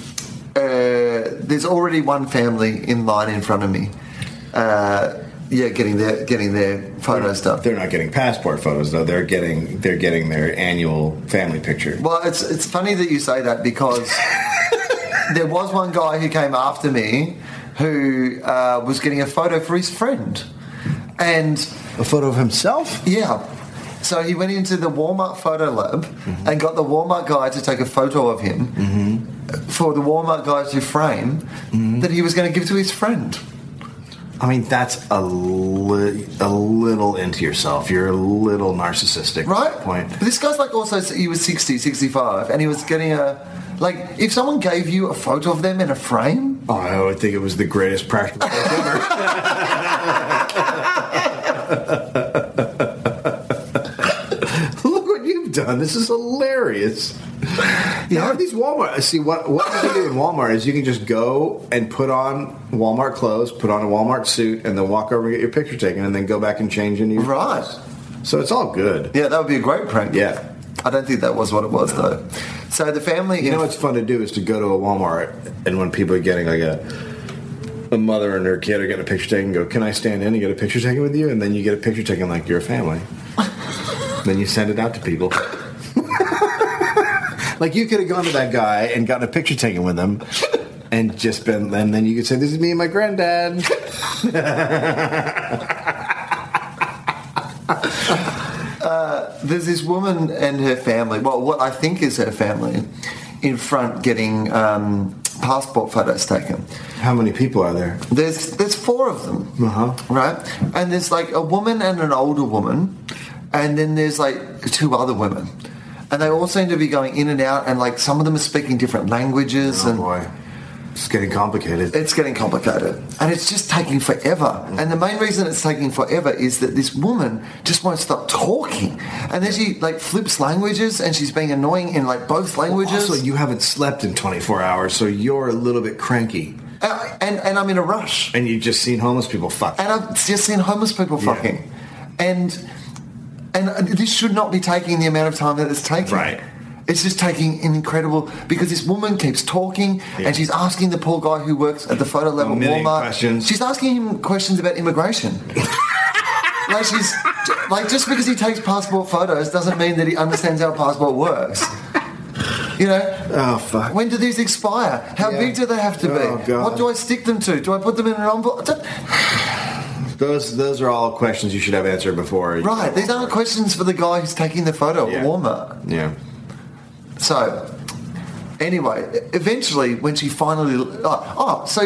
uh, there's already one family in line in front of me. Uh, yeah, getting their getting their photo stuff. They're not getting passport photos though. They're getting they're getting their annual family picture. Well, it's it's funny that you say that because there was one guy who came after me who uh, was getting a photo for his friend, and A photo of himself? yeah. So he went into the Walmart photo lab and got the Walmart guy to take a photo of him for the Walmart guy to frame that he was going to give to his friend. I mean, that's a li- a little into yourself. You're a little narcissistic right? at that point. But this guy's like also he was 60, 65, and he was getting a like if someone gave you a photo of them in a frame, Oh, I would think it was the greatest practical joke ever. Look what you've done. This is hilarious. Yeah, are these Walmart? uh, See, what what you can do in Walmart is you can just go and put on Walmart clothes, put on a Walmart suit, and then walk over and get your picture taken, and then go back and change into your Right. clothes. So it's all good. yeah, that would be a great prank. Yeah. I don't think that was what it was though. So the family, You know what's fun to do is to go to a Walmart and when people are getting like a a mother and her kid are getting a picture taken, go, Can I stand in and get a picture taken with you? And then you get a picture taken like you're a family. then you send it out to people. like you could have gone to that guy and gotten a picture taken with him and just been and then you could say, This is me and my granddad. there's this woman and her family. Well, what I think is her family in front getting um, passport photos taken. How many people are there? There's there's four of them, Uh-huh. right? And there's like a woman and an older woman, and then there's like two other women, and they all seem to be going in and out, and like some of them are speaking different languages, and Oh, Boy, it's getting complicated. it's getting complicated, and it's just taking forever. And the main reason it's taking forever is that this woman just won't stop talking, and then she like flips languages, and she's being annoying in like both languages. also, you haven't slept in 24 hours, so you're a little bit cranky, Uh, and and I'm in a rush. and you've just seen homeless people fuck. and I've just seen homeless people Yeah. fucking, and and this should not be taking the amount of time that it's taking. Right. It's just taking an incredible because this woman keeps talking Yeah. and she's asking the poor guy who works at the photo level A million Walmart. questions. She's asking him questions about immigration. like she's like just because he takes passport photos doesn't mean that he understands how a passport works. You know, Oh fuck! when do these expire? How Yeah. big do they have to Oh, be? God. What do I stick them to? Do I put them in an envelope? I don't- Those those are all questions you should have answered before. you- Right, these aren't questions for the guy who's taking the photo Yeah. at Walmart. Yeah. So, anyway, eventually, when she finally. Oh, oh, so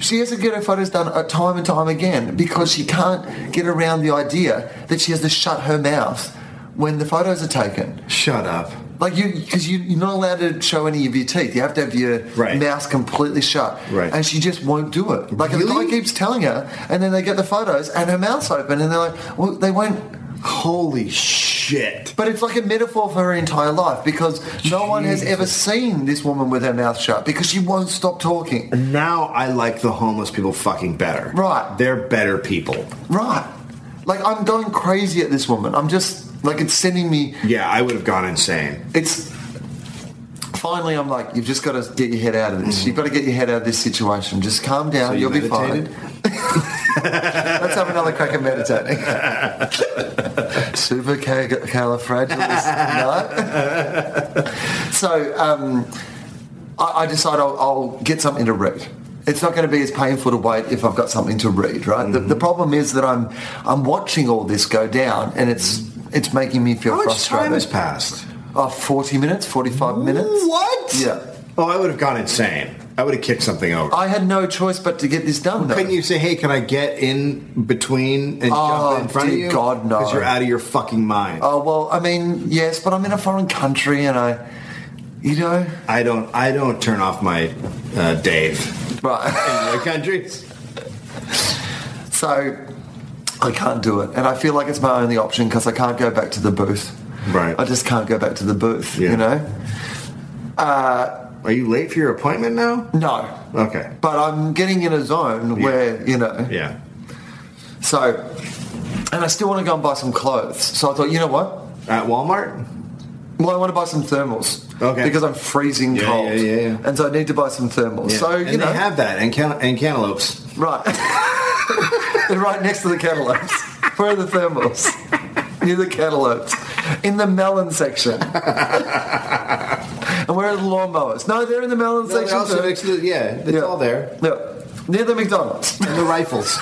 she has to get her photos done uh, time and time again because she can't get around the idea that she has to shut her mouth when the photos are taken. Shut up. Like you, because you, you're not allowed to show any of your teeth. You have to have your Right. mouth completely shut. Right. And she just won't do it. Like the Really? guy keeps telling her, and then they get the photos, and her mouth's open, and they're like, well, they won't. Holy shit! But it's like a metaphor for her entire life because no one has ever seen this woman with her mouth shut because she won't stop talking. Now I like the homeless people fucking better. Right. They're better people. Right. Like I'm going crazy at this woman. I'm just like it's sending me Yeah, I would have gone insane. it's finally I'm like, you've just got to get your head out of this. You've got to get your head out of this situation. Just calm down, Mm. you you'll be meditated? fine. Let's have another crack at meditating. Super califragilistic. so um, I, I decide I'll, I'll get something to read. It's not going to be as painful to wait if I've got something to read, right? The, Mm-hmm. the problem is that I'm I'm watching all this go down, and it's it's making me feel How much frustrated. time has passed? Oh, 40 minutes, 45 minutes. What? Yeah. Oh, I would have gone insane. I would have kicked something over. I had no choice but to get this done, though. Couldn't you say, "Hey, can I get in between and Oh, jump in front of dear you?" God, no. Because you're out of your fucking mind. Oh, well, I mean, yes, but I'm in a foreign country and I, you know, I don't. I don't turn off my uh, Dave. right. in other countries. So I can't do it. And I feel like it's my only option because I can't go back to the booth. Right. I just can't go back to the booth, Yeah. you know? Are you late for your appointment now? No. Okay. But I'm getting in a zone where, you know. Yeah. So, and I still want to go and buy some clothes. So I thought, you know what? At Walmart? Well, I want to buy some thermals. Okay. Because I'm freezing Yeah, cold. yeah, yeah, yeah. And so I need to buy some thermals. So, and you know. they have that and can- and cantaloupes. Right. They're right next to the cantaloupes. Where are the thermals? Near the cantaloupes. In the melon section. and where are the lawnmowers? No, they're in the melon No, section. they're also too. next to the- yeah, it's Yeah. all there. Yeah. Near the McDonald's. And the rifles.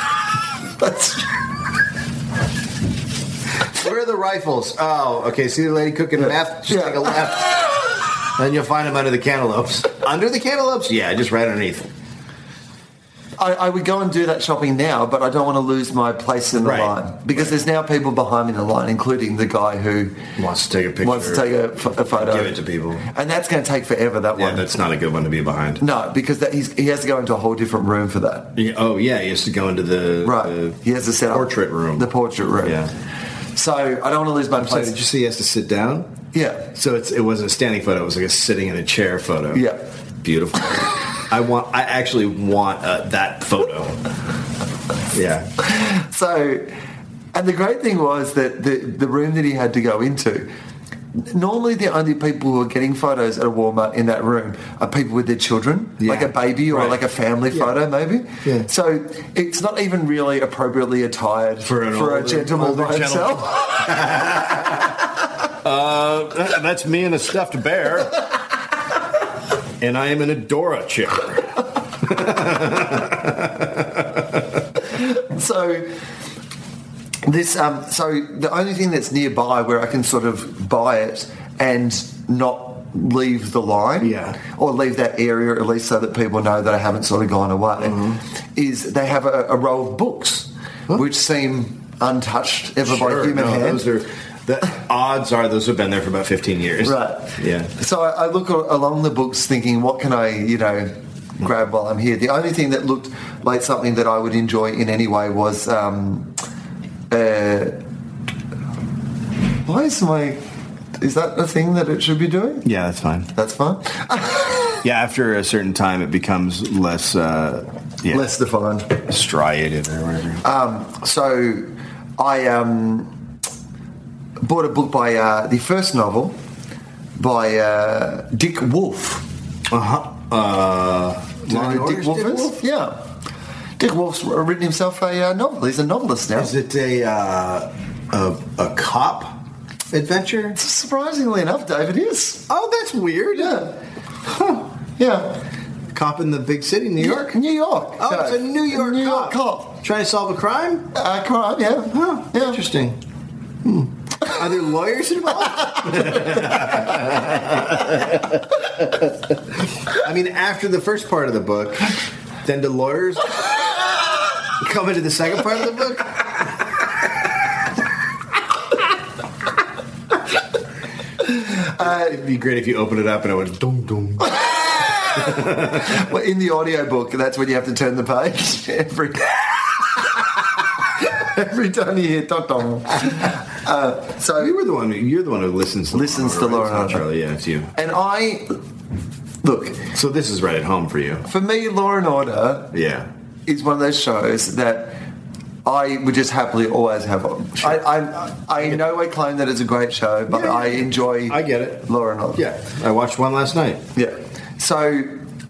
That's Where are the rifles? Oh, okay. See the lady cooking an F? Just Yeah. take a left. Then you'll find them under the cantaloupes. Under the cantaloupes? Yeah, just right underneath. I, I would go and do that shopping now, but I don't want to lose my place in the Right. line because there's now people behind me in the line, including the guy who Wants to take a picture. wants to take a, ph- a photo. Give it to people. and that's going to take forever. That Yeah, one. that's not a good one to be behind. No, because that he's, he has to go into a whole different room for that. Yeah, Oh, yeah, he has to go into the, Right. the he has to set up portrait room. The portrait room. Yeah. So I don't want to lose my So place. did you see he has to sit down? yeah. So it's, it wasn't a standing photo. It was like a sitting in a chair photo. Yeah. Beautiful. I want. I actually want uh, that photo. Yeah. So, and the great thing was that the the room that he had to go into. Normally, the only people who are getting photos at a Walmart in that room are people with their children, Yeah. like a baby or Right. like a family Yeah. photo, maybe. Yeah. So it's not even really appropriately attired For an a older- gentleman older by himself. Uh, that's me and a stuffed bear. And I am in a Dora chair. So this um so the only thing that's nearby where I can sort of buy it and not leave the line Yeah. or leave that area at least so that people know that I haven't sort of gone away Mm-hmm. is they have a, a row of books which seem untouched ever by human no, hand. Those are, the odds are those have been there for about 15 years. Right. Yeah. So I, I look a- along the books thinking, what can I, you know, grab while I'm here? The only thing that looked like something that I would enjoy in any way was. Um, uh, why is my. Is that the thing that it should be doing? Yeah, that's fine. That's fine. Yeah, after a certain time, it becomes less uh, yeah, Less Uh, defined. striated or whatever. So I um, bought a book by uh, the first novel by uh, Dick Wolf. uh-huh. Uh Do you know who Dick Dick Wolf Wolf is? Yeah. Dick Wolf's written himself a uh, novel. He's a novelist now. Is it a, uh, a a cop adventure? Surprisingly enough, David is. Oh, that's weird. Yeah. Yeah. Cop in the big city, New York. New York. Oh, it's a New York New cop. York cop. Trying to solve a crime? Uh, crime, yeah. Huh, yeah. Interesting. Hmm. Are there lawyers involved? I mean, after the first part of the book, then do lawyers come into the second part of the book? Uh, It'd be great if you opened it up and it went dum dum. Well, in the audiobook, that's when you have to turn the page every every time you hear dot dong. Uh, so You were the one. You're the one who listens. to Listens to Laura, Laura right? It's not Harvey. Charlie. Yeah, it's you. and I look So this is right at home for you. for me, Law and Order Yeah. is one of those shows that I would just happily always have on. I, I, I in no way claim that it's a great show, but Yeah, yeah, I yeah. enjoy. I get it. Laura and Order. Yeah, I watched one last night. yeah. So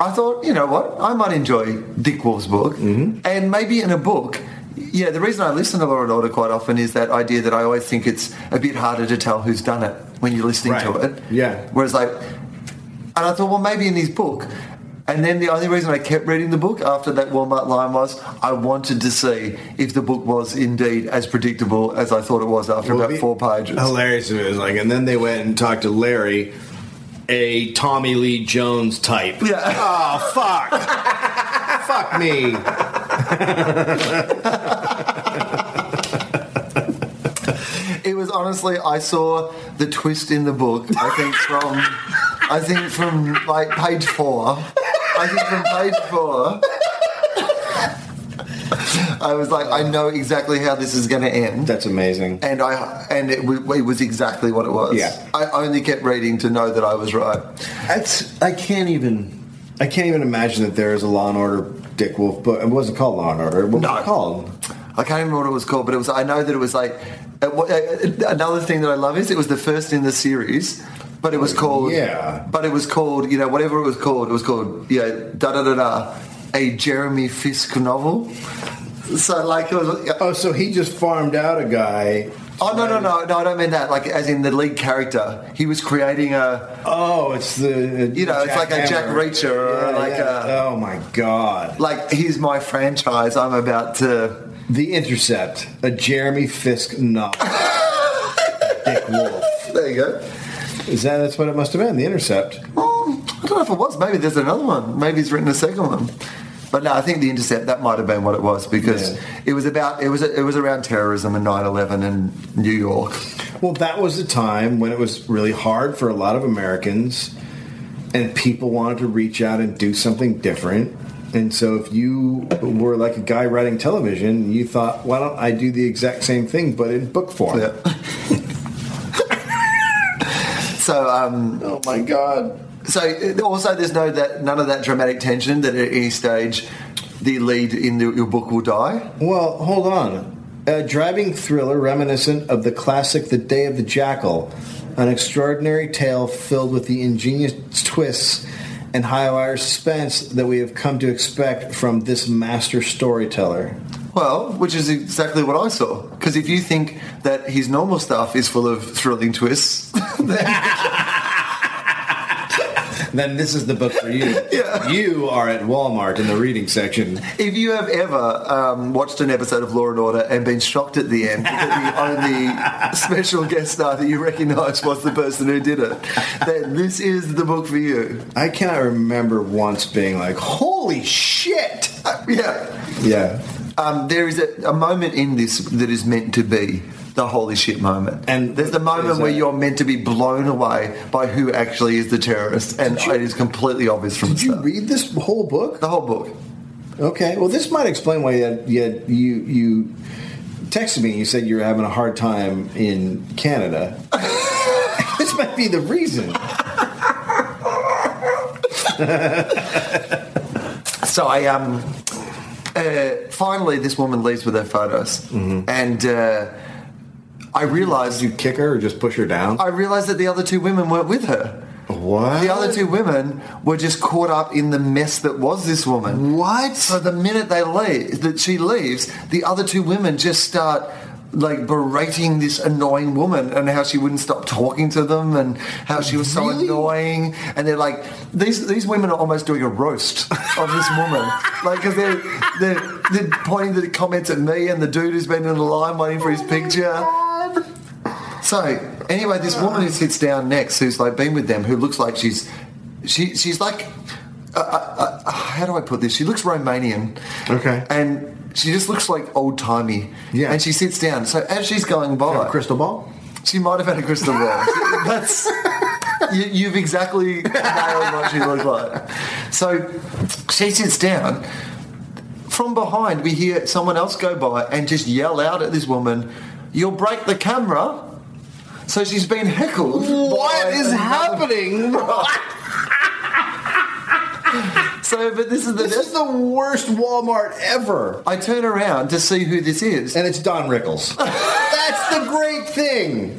I thought, you know what, I might enjoy Dick Wolf's book, Mm-hmm. and maybe in a book. Yeah, the reason I listen to Law and Order quite often is that idea that I always think it's a bit harder to tell who's done it when you're listening to Right. it. Yeah. Whereas, like, and I thought, well, maybe in his book. And then the only reason I kept reading the book after that Walmart line was I wanted to see if the book was indeed as predictable as I thought it was after Well, about the- four pages. Hilarious it was like, and then they went and talked to Larry, a Tommy Lee Jones type. Yeah. Oh fuck. fuck me. It was honestly, I saw the twist in the book. I think from, I think from like page four. I think from page four. I was like, I know exactly how this is going to end, That's amazing. and I and it, w- it was exactly what it was. Yeah. I only kept reading to know that I was right. That's I can't even I can't even imagine that there is a Law and Order Dick Wolf book. It wasn't called Law and Order. What was No. it called? I can't remember what it was called, but it was. I know that it was like uh, what- uh, another thing that I love is it was the first in the series, but it was called Yeah. But it was called you know whatever it was called. It was called yeah da da da da a Jeremy Fisk novel. So like it was. Oh, so he just farmed out a guy. Oh no no no no! I don't mean that. Like as in the lead character, he was creating a Oh, it's the You know, it's like a Jack Reacher or like a- oh my god. like here's my franchise. I'm about to. The Intercept, a Jeremy Fisk novel. Dick Wolf. There you go. Is that that's what it must have been? The Intercept. Well, I don't know if it was. Maybe there's another one. Maybe he's written a second one. But no, I think the intercept that might have been what it was because Yeah. it was about it was it was around terrorism and 9/11 and New York. Well, that was the time when it was really hard for a lot of Americans, and people wanted to reach out and do something different. And so, if you were like a guy writing television, you thought, "Why don't I do the exact same thing but in book form?" Yeah. so um, Oh my god! so it- also there's no that none of that dramatic tension that at any stage the lead in the, your book will die. Well, hold on. A driving thriller reminiscent of the classic The Day of the Jackal, an extraordinary tale filled with the ingenious twists and high wire suspense that we have come to expect from this master storyteller. Well, which is exactly what I saw. Because if you think that his normal stuff is full of thrilling twists, then then this is the book for you. Yeah. You are at Walmart in the reading section. If you have ever um, watched an episode of Law and Order and been shocked at the end because the only special guest star that you recognised was the person who did it, then this is the book for you. I cannot remember once being like, holy shit! Uh, yeah. Yeah. Um, there is a, a moment in this that is meant to be the holy shit moment. And there's the is moment where that- you're meant to be blown away by who actually is the terrorist, and it is completely obvious from the Did you start. read this whole book? the whole book. Okay. Well, this might explain why you, had, you, had, you, you texted me and you said you were having a hard time in Canada. this might be the reason. So I um, uh, finally this woman leaves with her photos, and uh, I realised You kick her or just push her down? I realised that the other two women weren't with her. What? The other two women were just caught up in the mess that was this woman. What? So the minute they leave, that she leaves, the other two women just start like berating this annoying woman and how she wouldn't stop talking to them and how she was so annoying and they're like these these women are almost doing a roast of this woman like because they're, they're they're pointing the comments at me and the dude who's been in the line waiting Oh for his picture so anyway, this woman who sits down next, who's like been with them, who looks like she's she she's like uh, uh, uh, how do I put this? She looks Romanian. Okay. And she just looks like old timey. Yeah. And she sits down. So as she's going by, crystal ball? she might have had a crystal ball. That's you, you've exactly nailed what she looked like. So she sits down. From behind, we hear someone else go by and just yell out at this woman, "You'll break the camera." So she's been heckled. What by is another- happening? So, but this is the. This is the worst Walmart ever. I turn around to see who this is. And it's Don Rickles. That's the great thing.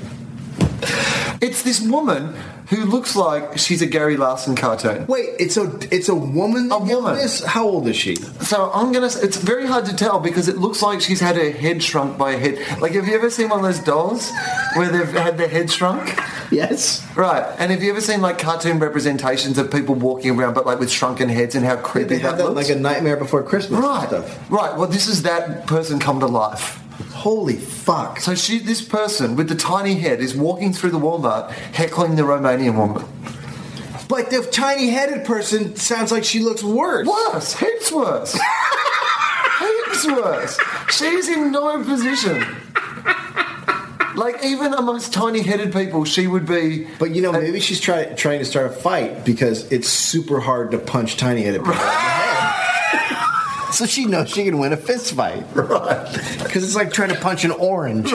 It's this woman who looks like she's a Gary Larson cartoon. Wait, it's a it's a woman. that A did woman. This? How old is she? So I'm gonna. It's very hard to tell because it looks like she's had her head shrunk by a head. Like, have you ever seen one of those dolls where they've had their head shrunk? Yes. Right. And have you ever seen like cartoon representations of people walking around but like with shrunken heads and how creepy They that, had that looks? like a Nightmare Before Christmas right. stuff. Right. Well, this is that person come to life. Holy fuck! So she, this person with the tiny head, is walking through the Walmart heckling the Romanian woman. But the tiny-headed person sounds like she looks worse. Worse, heaps worse. heaps worse. She's in no position. Like even amongst tiny-headed people, she would be. But you know, maybe she's try, trying to start a fight because it's super hard to punch tiny-headed people. in the head. So she knows she can win a fist fight. Right. Because it's like trying to punch an orange.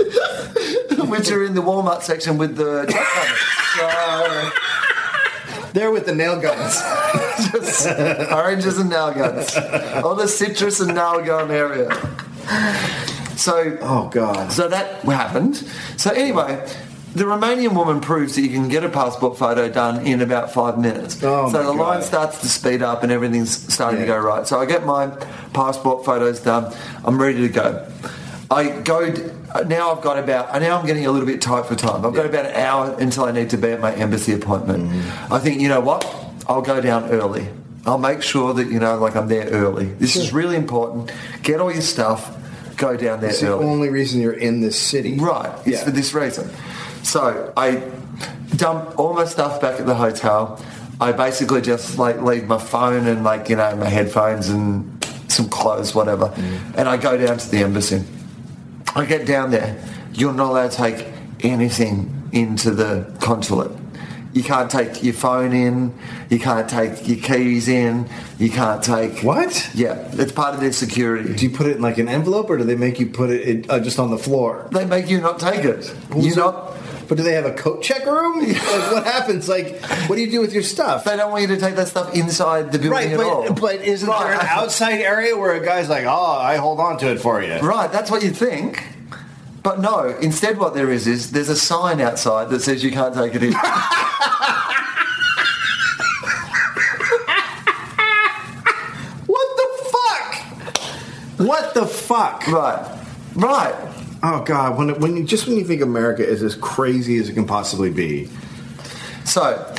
which are in the Walmart section with the. tape covers. They're with the nail guns. So, just oranges and nail guns, or the citrus and nail gun area. So Oh god. So that happened. So anyway, the Romanian woman proves that you can get a passport photo done in about five minutes. Oh, so my the line God. starts to speed up and everything's starting Yeah. to go right. So I get my passport photos done. I'm ready to go. I go d- now. I've got about now. I'm getting a little bit tight for time. I've got about an hour until I need to be at my embassy appointment. Mm. I think you know what? I'll go down early. I'll make sure that you know, like I'm there early. This is really important. Get all your stuff. Go down there It's the early. only reason you're in this city. Right, it's Yeah. for this reason. So I dump all my stuff back at the hotel. I basically just like leave my phone and like, you know, my headphones and some clothes, whatever. Mm. And I go down to the embassy. I get down there. You're not allowed to take anything into the consulate. You can't take your phone in. You can't take your keys in. You can't take What? Yeah, it's part of their security. Do you put it in like an envelope, or do they make you put it, it uh, just on the floor? they make you not take it. You not. But do they have a coat check room? like, what happens? Like, what do you do with your stuff? They don't want you to take that stuff inside the building Right, at all. but, but isn't there an outside area where a guy's like, oh, I hold on to it for you? Right, that's what you think. But no, instead what there is is there's a sign outside that says you can't take it in. What the fuck? What the fuck? right. Right. Oh God! When when you just when you think America is as crazy as it can possibly be, So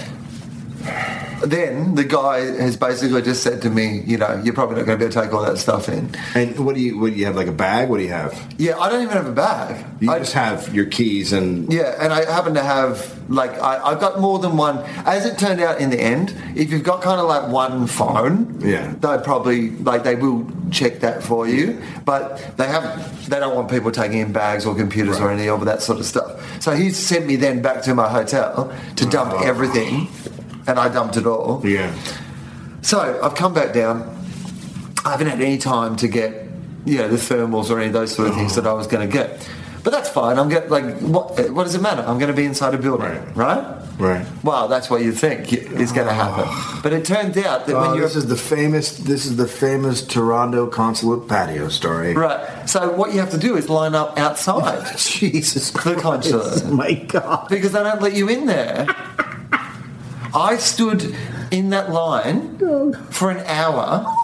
then the guy has basically just said to me, you know, you're probably not going to be able to take all that stuff in. and what do you what do you have like a bag? What do you have? Yeah, I don't even have a bag. You I just have your keys and Yeah, and I happen to have like I, I've got more than one. As it turned out, in the end, if you've got kind of like one phone, Yeah. they probably like they will check that for you. But they have they don't want people taking in bags or computers or any of that sort of stuff. So he sent me then back to my hotel to dump Oh. everything, and I dumped it all. yeah. So I've come back down. I haven't had any time to get, you know, the thermals or any of those sort of things that I was going to get. But that's fine. I'm get like, what? What does it matter? I'm going to be inside a building, Right. right? Right. Well, that's what you think is going to happen. But it turns out that Oh, Uh, when you're this is the famous. This is the famous Toronto consulate patio story. right, so what you have to do is line up outside Jesus the consulate. My God. because they don't let you in there. I stood in that line for an hour.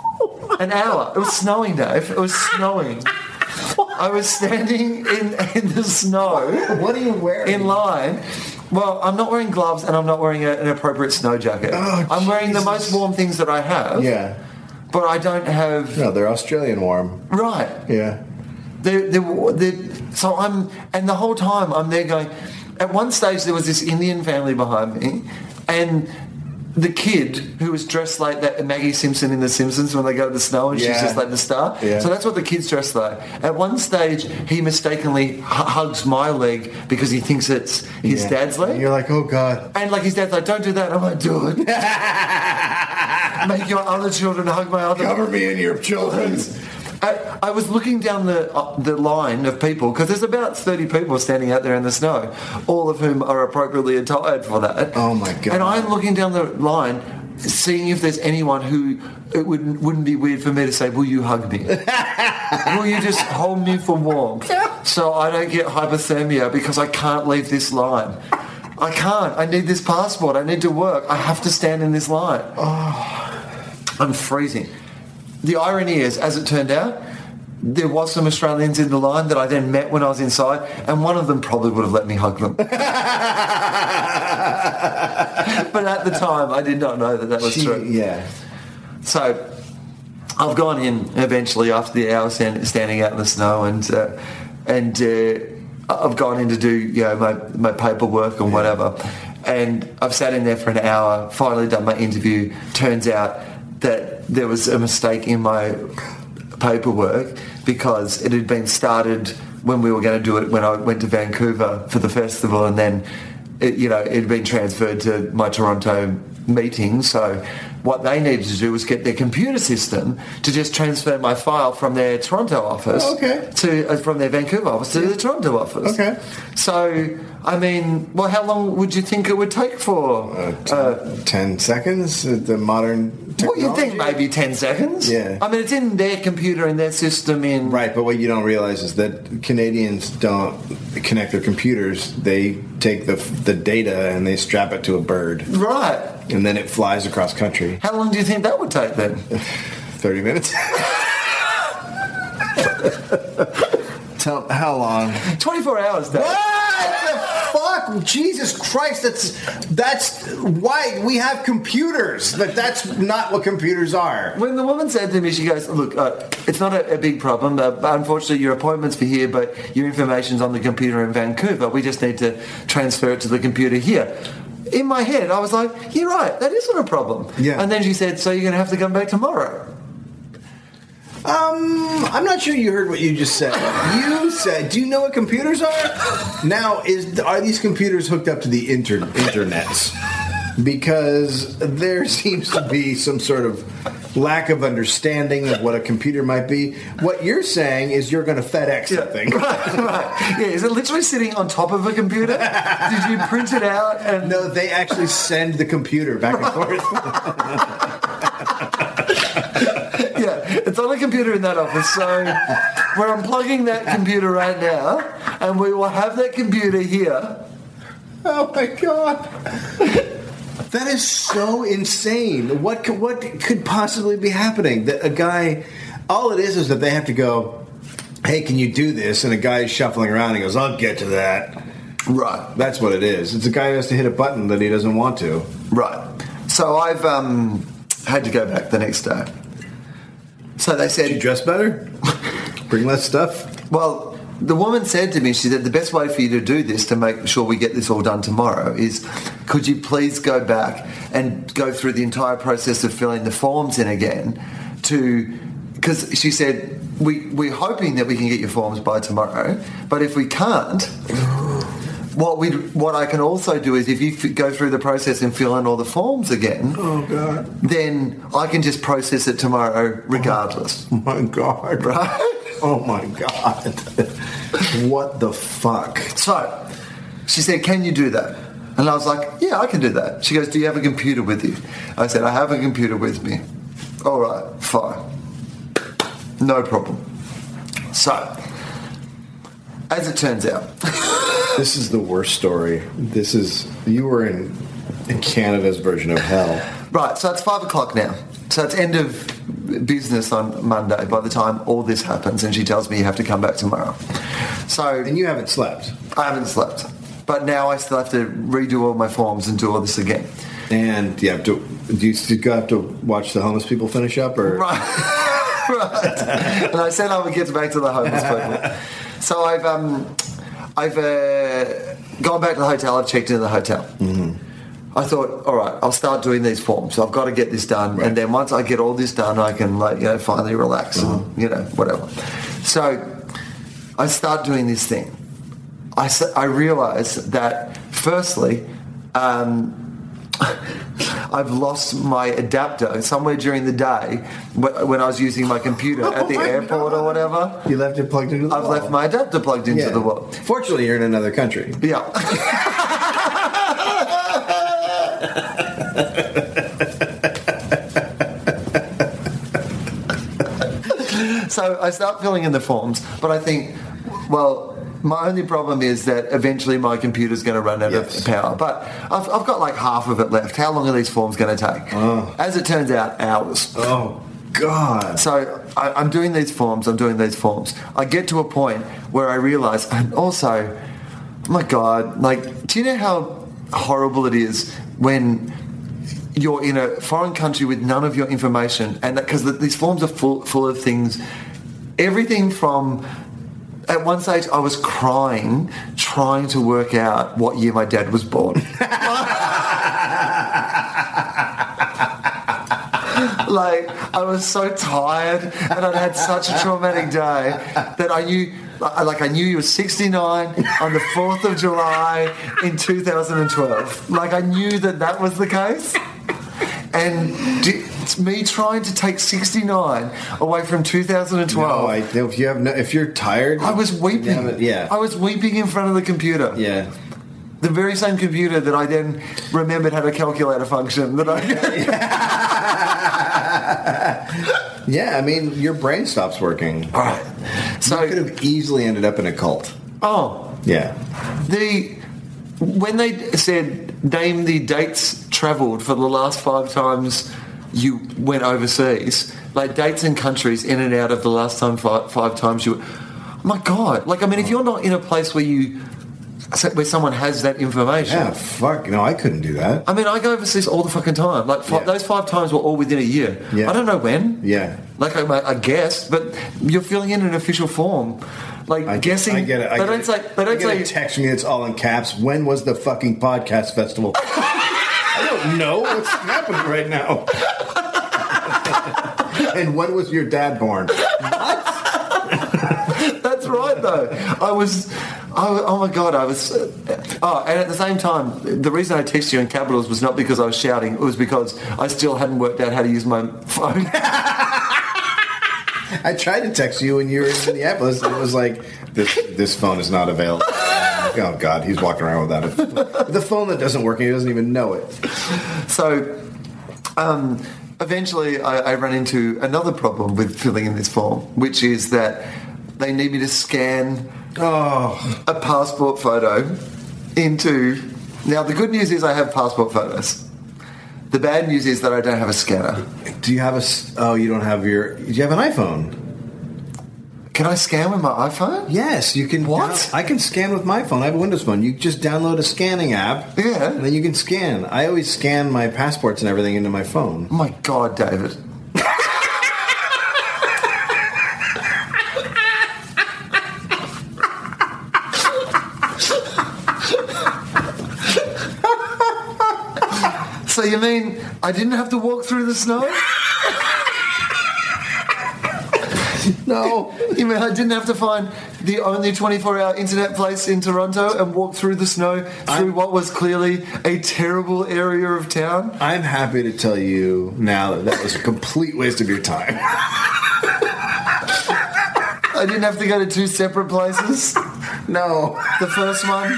An hour. It was snowing, Dave. It was snowing. I was standing in, in the snow What are you wearing? in line. Well, I'm not wearing gloves and I'm not wearing a, an appropriate snow jacket. Oh, I'm wearing the Jesus. most warm things that I have. Yeah. But I don't have. No, they're Australian warm. Right. Yeah. They're, they're, they're, so I'm, and the whole time I'm there going. At one stage, there was this Indian family behind me, and the kid who was dressed like that Maggie Simpson in The Simpsons when they go to the snow, and Yeah. she's just like the star. Yeah. So that's what the kid's dressed like. At one stage, he mistakenly h- hugs my leg because he thinks it's his Yeah. dad's And leg. you're like, oh God. And like his dad's like, don't do that. I'm like, do it. Make your other children hug my other Cover me in your children's. I, I was looking down the uh, the line of people because there's about 30 people standing out there in the snow, all of whom are appropriately attired for that. Oh, my God. And I'm looking down the line, seeing if there's anyone who it wouldn't wouldn't be weird for me to say, "Will you hug me? Will you just hold me for warmth so I don't get hypothermia because I can't leave this line." I can't. I need this passport. I need to work. I have to stand in this line. I'm freezing. The irony is, as it turned out, there was some Australians in the line that I then met when I was inside, and one of them probably would have let me hug them. but at the time, I did not know that that was She- true. yeah. So I've gone in eventually after the hour stand, standing out in the snow and uh, and uh, I've gone in to do you know my, my paperwork and whatever and I've sat in there for an hour finally done my interview turns out that there was a mistake in my paperwork because it had been started when we were going to do it when I went to Vancouver for the festival and then it, you know it had been transferred to my Toronto meeting so what they needed to do was get their computer system to just transfer my file from their Toronto office Oh, Okay. to uh, from their Vancouver office to the Toronto office. Okay. So I mean, well, how long would you think it would take for? Uh, t- ten seconds. uh, The modern. Technology. what you think? Maybe ten seconds. Yeah. I mean, it's in their computer and their system in. Right, but what you don't realize is that Canadians don't connect their computers. They take the the data and they strap it to a bird, Right. and then it flies across country. How long do you think that would take then? Thirty minutes. Tell how long? Twenty-four hours. Dave. What the fuck? Jesus Christ! That's that's why we have computers. But that's not what computers are. When the woman said to me, she goes, "Look, uh, it's not a, a big problem. Uh, but unfortunately, your appointments for here, but your information's on the computer in Vancouver. We just need to transfer it to the computer here." In my head, I was like, "You're right. That is not a problem." Yeah. And then she said, "So you're going to have to come back tomorrow." Um, I'm not sure you heard what you just said. You said, "Do you know what computers are?" now, is are these computers hooked up to the inter- internets? Because there seems to be some sort of lack of understanding of what a computer might be. What you're saying is you're going to FedEx something. Right, right. Yeah, is it literally sitting on top of a computer? Did you print it out and No, they actually send the computer back and forth. yeah, it's on a computer in that office. So we're unplugging that computer right now, and we will have that computer here. oh my god. That is so insane. What could, what could possibly be happening? That a guy, all it is is that they have to go. hey, can you do this? And a guy's shuffling around and goes, I'll get to that. Right. That's what it is. It's a guy who has to hit a button that he doesn't want to. Right. So I've um, had to go back the next day. So they Did you said, dress better? Bring less stuff? well, the woman said to me, she said, the best way for you to do this to make sure we get this all done tomorrow is could you please go back and go through the entire process of filling the forms in again to, because she said, we, we're hoping that we can get your forms by tomorrow, but if we can't, what we what I can also do is if you f- go through the process and fill in all the forms again, Oh, God. then I can just process it tomorrow regardless. Oh, my God. Right? Oh, my God. what the fuck? So she said, Can you do that? And I was like, Yeah, I can do that. She goes, Do you have a computer with you? I said, I have a computer with me. All right, fine. No problem. So, as it turns out, This is the worst story. This is. You were in, in Canada's version of hell. Right, so it's five o'clock now. So it's end of business on Monday by the time all this happens, and she tells me you have to come back tomorrow. So And you haven't slept. I haven't slept, but now I still have to redo all my forms and do all this again. And yeah, do, do you still have to watch the homeless people finish up, or Right. right. And I said I would get back to the homeless people. So I've um, I've uh, gone back to the hotel. I've checked into the hotel. I thought, all right, I'll start doing these forms. I've got to get this done, Right. and then once I get all this done, I can like you know finally relax Uh-huh. and you know whatever. So I start doing this thing. I s- I realize that firstly. Um, I've lost my adapter somewhere during the day wh- when I was using my computer at the Oh my airport or whatever. you left it plugged into the I've wall? left my adapter plugged into Yeah. the wall. Fortunately, you're in another country. Yeah. so I start filling in the forms, but I think, well, my only problem is that eventually my computer's going to run out Yes. of power. But I've, I've got like half of it left. How long are these forms going to take? As it turns out, hours. Oh God! So I, I'm doing these forms, I'm doing these forms. I get to a point where I realize, and also, my God, like, do you know how horrible it is when you're in a foreign country with none of your information? And because these forms are full, full of things, everything from at one stage, I was crying, trying to work out what year my dad was born. like I was so tired and I'd had such a traumatic day that I knew I- like I knew you were 69 on the 4th of July in 2012 like I knew that that was the case and d- it's me trying to take 69 away from 2012 No, I, if you have no, if you're tired, I was weeping. Yeah, but- yeah. I was weeping in front of the computer. yeah. The very same computer that I then remembered had a calculator function that I Yeah, I mean, your brain stops working. All right. you could So have easily ended up in a cult. oh, Yeah. the when they said name the dates traveled for the last 5 times you went overseas, like dates and countries in and out of the last time five, five times you My god. Like I mean if you're not in a place where you where someone has that information. Yeah. Ah, Fuck. No, I couldn't do that. I mean, I go overseas all the fucking time. Like fi- Yeah. those five times were all within a year. Yeah. I don't know when. Yeah. Like I, I guess, but you're filling in an official form. Like I guessing. I get it. I they get don't it. say. They I don't get say. a text me. It's all in caps. When was the fucking podcast festival? I don't know what's happening right now. and when was your dad born? That's right, though. I was. I, wa- oh my god! I was. Oh, and at the same time, the reason I texted you in capitals was not because I was shouting. It was because I still hadn't worked out how to use my phone. I tried to text you when you were in Minneapolis, and it was like, this this phone is not available. Oh God, he's walking around without it. The phone that doesn't work, and he doesn't even know it. So, um, eventually, I, I run into another problem with filling in this form, which is that they need me to scan Oh, a passport photo into. Now, the good news is I have passport photos. The bad news is that I don't have a scanner. do you have a? s- Oh, you don't have your. Do you have an iPhone? Can I scan with my iPhone? Yes, you can. What? I can scan with my phone. I have a Windows phone. You just download a scanning app. Yeah. And then you can scan. I always scan my passports and everything into my phone. Oh my God, David. so you mean I didn't have to walk through the snow? No, you mean I didn't have to find the only 24 hour internet place in Toronto and walk through the snow through what was clearly a terrible area of town? I'm happy to tell you now that that was a complete waste of your time. I didn't have to go to two separate places. No. The first one,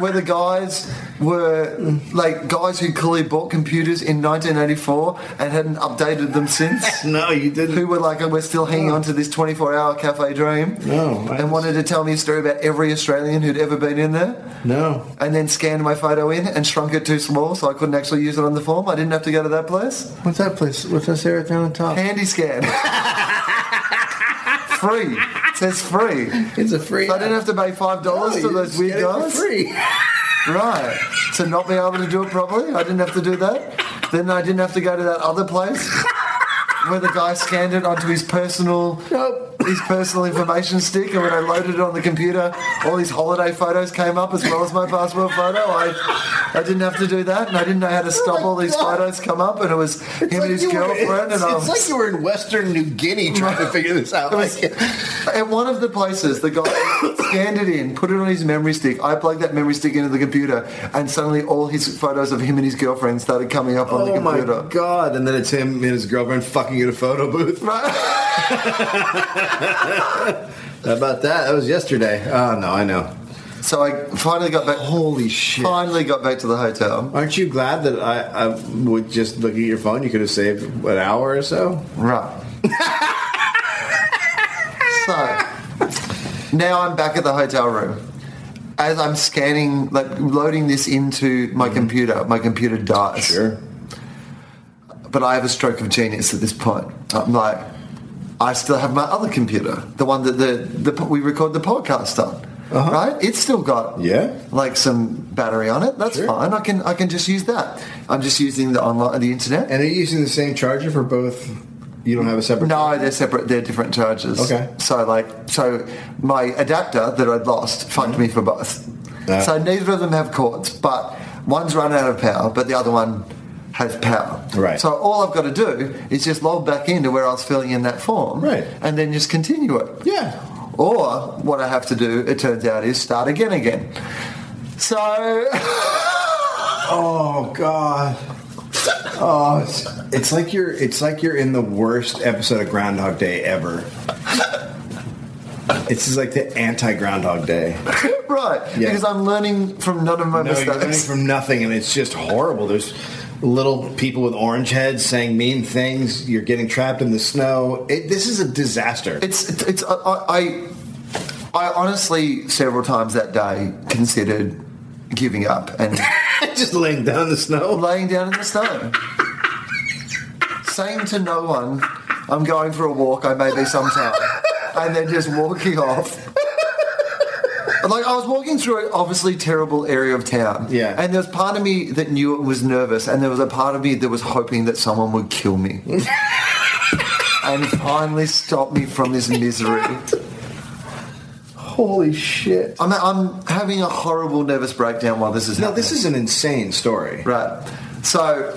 where the guys were like guys who clearly bought computers in 1984 and hadn't updated them since. No, you Who didn't. were like, "Oh, we're still hanging on to this 24 hour cafe dream. No, I- And wanted to tell me a story about every Australian who'd ever been in there. No. And then scanned my photo in and shrunk it too small so I couldn't actually use it on the form. I didn't have to go to that place. What's that place? What's that Sarah down on top? Handy scan. free. It says free. It's a free. I didn't have to pay $5 to those weird guys. Free. Right. So not being able to do it properly, I didn't have to do that. Then I didn't have to go to that other place where the guy scanned it onto his personal Nope. his personal information stick, and when I loaded it on the computer, all his holiday photos came up as well as my passport photo. I I didn't have to do that, and I didn't know how to stop all these Oh God. photos come up, and it was him and his girlfriend, and it's, I it's was like you were in Western New Guinea trying to figure this out. It was- Like, at one of the places, the guy scanned it in, put it on his memory stick. I plugged that memory stick into the computer, and suddenly all his photos of him and his girlfriend started coming up on the oh my computer. god! And then it's him and his girlfriend fucking in a photo booth. Right? How about that? That was yesterday. Oh no, I know. So I finally got back. Holy shit! Finally got back to the hotel. Aren't you glad that I, I would just look at your phone? You could have saved an hour or so. Right. so now I'm back at the hotel room. As I'm scanning, like loading this into Mm-hmm. my computer, my computer dies. but I have a stroke of genius at this point. I'm like, I still have my other computer, the one that the, the we record the podcast on, right? It's still got Uh-huh. Yeah. like some battery on it. That's Sure. fine. I can I can just use that. I'm just using the online the internet. And are you using the same charger for both? You don't have a separate. no, they're separate. They're different charges. Okay. So like, so my adapter that I'd lost fucked Mm-hmm. me for both. Ah. So neither of them have cords, but one's run out of power, but the other one has power. Right. So all I've got to do is just log back into where I was filling in that form. Right. And then just continue it. Yeah. Or what I have to do, it turns out, is start again again. So Oh god. Oh, it's, it's like you're. It's like you're in the worst episode of Groundhog Day ever. It's just like the anti Groundhog Day. right, Yeah. because I'm learning from none of my No, you're mistakes. learning from nothing, and it's just horrible. There's little people with orange heads saying mean things. You're getting trapped in the snow. It, this is a disaster. It's it's, it's I, I I- I honestly several times that day considered giving up and just laying down in the snow. laying down in the snow, saying to no one, "I'm going for a walk. I may be sometime," and then just walking off. And, Like I was walking through an obviously terrible area of town, Yeah. And there was part of me that knew it was nervous, and there was a part of me that was hoping that someone would kill me, and finally stop me from this misery. Holy shit! I'm, I'm having a horrible nervous breakdown while this is No, happening. this is an insane story. right. So,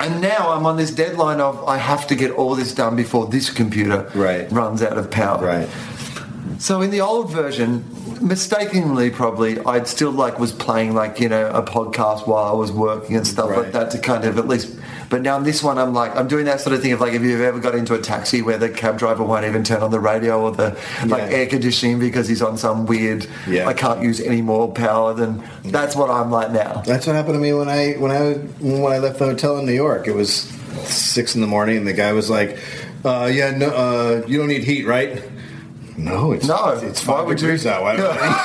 and now I'm on this deadline of I have to get all this done before this computer Right. runs out of power. Right. So in the old version, mistakenly probably, I'd still like was playing like you know a podcast while I was working and stuff like Right. that to kind of at least. But now in this one, I'm like I'm doing that sort of thing of like if you've ever got into a taxi where the cab driver won't even turn on the radio or the like Yeah. air conditioning because he's on some weird Yeah. I can't use any more power than that's what I'm like now. That's what happened to me when I when I when I left the hotel in New York. It was six in the morning, and the guy was like, uh, "Yeah, no, uh, you don't need heat, right?" No, it's No, it's why five would you- degrees out. Why do I need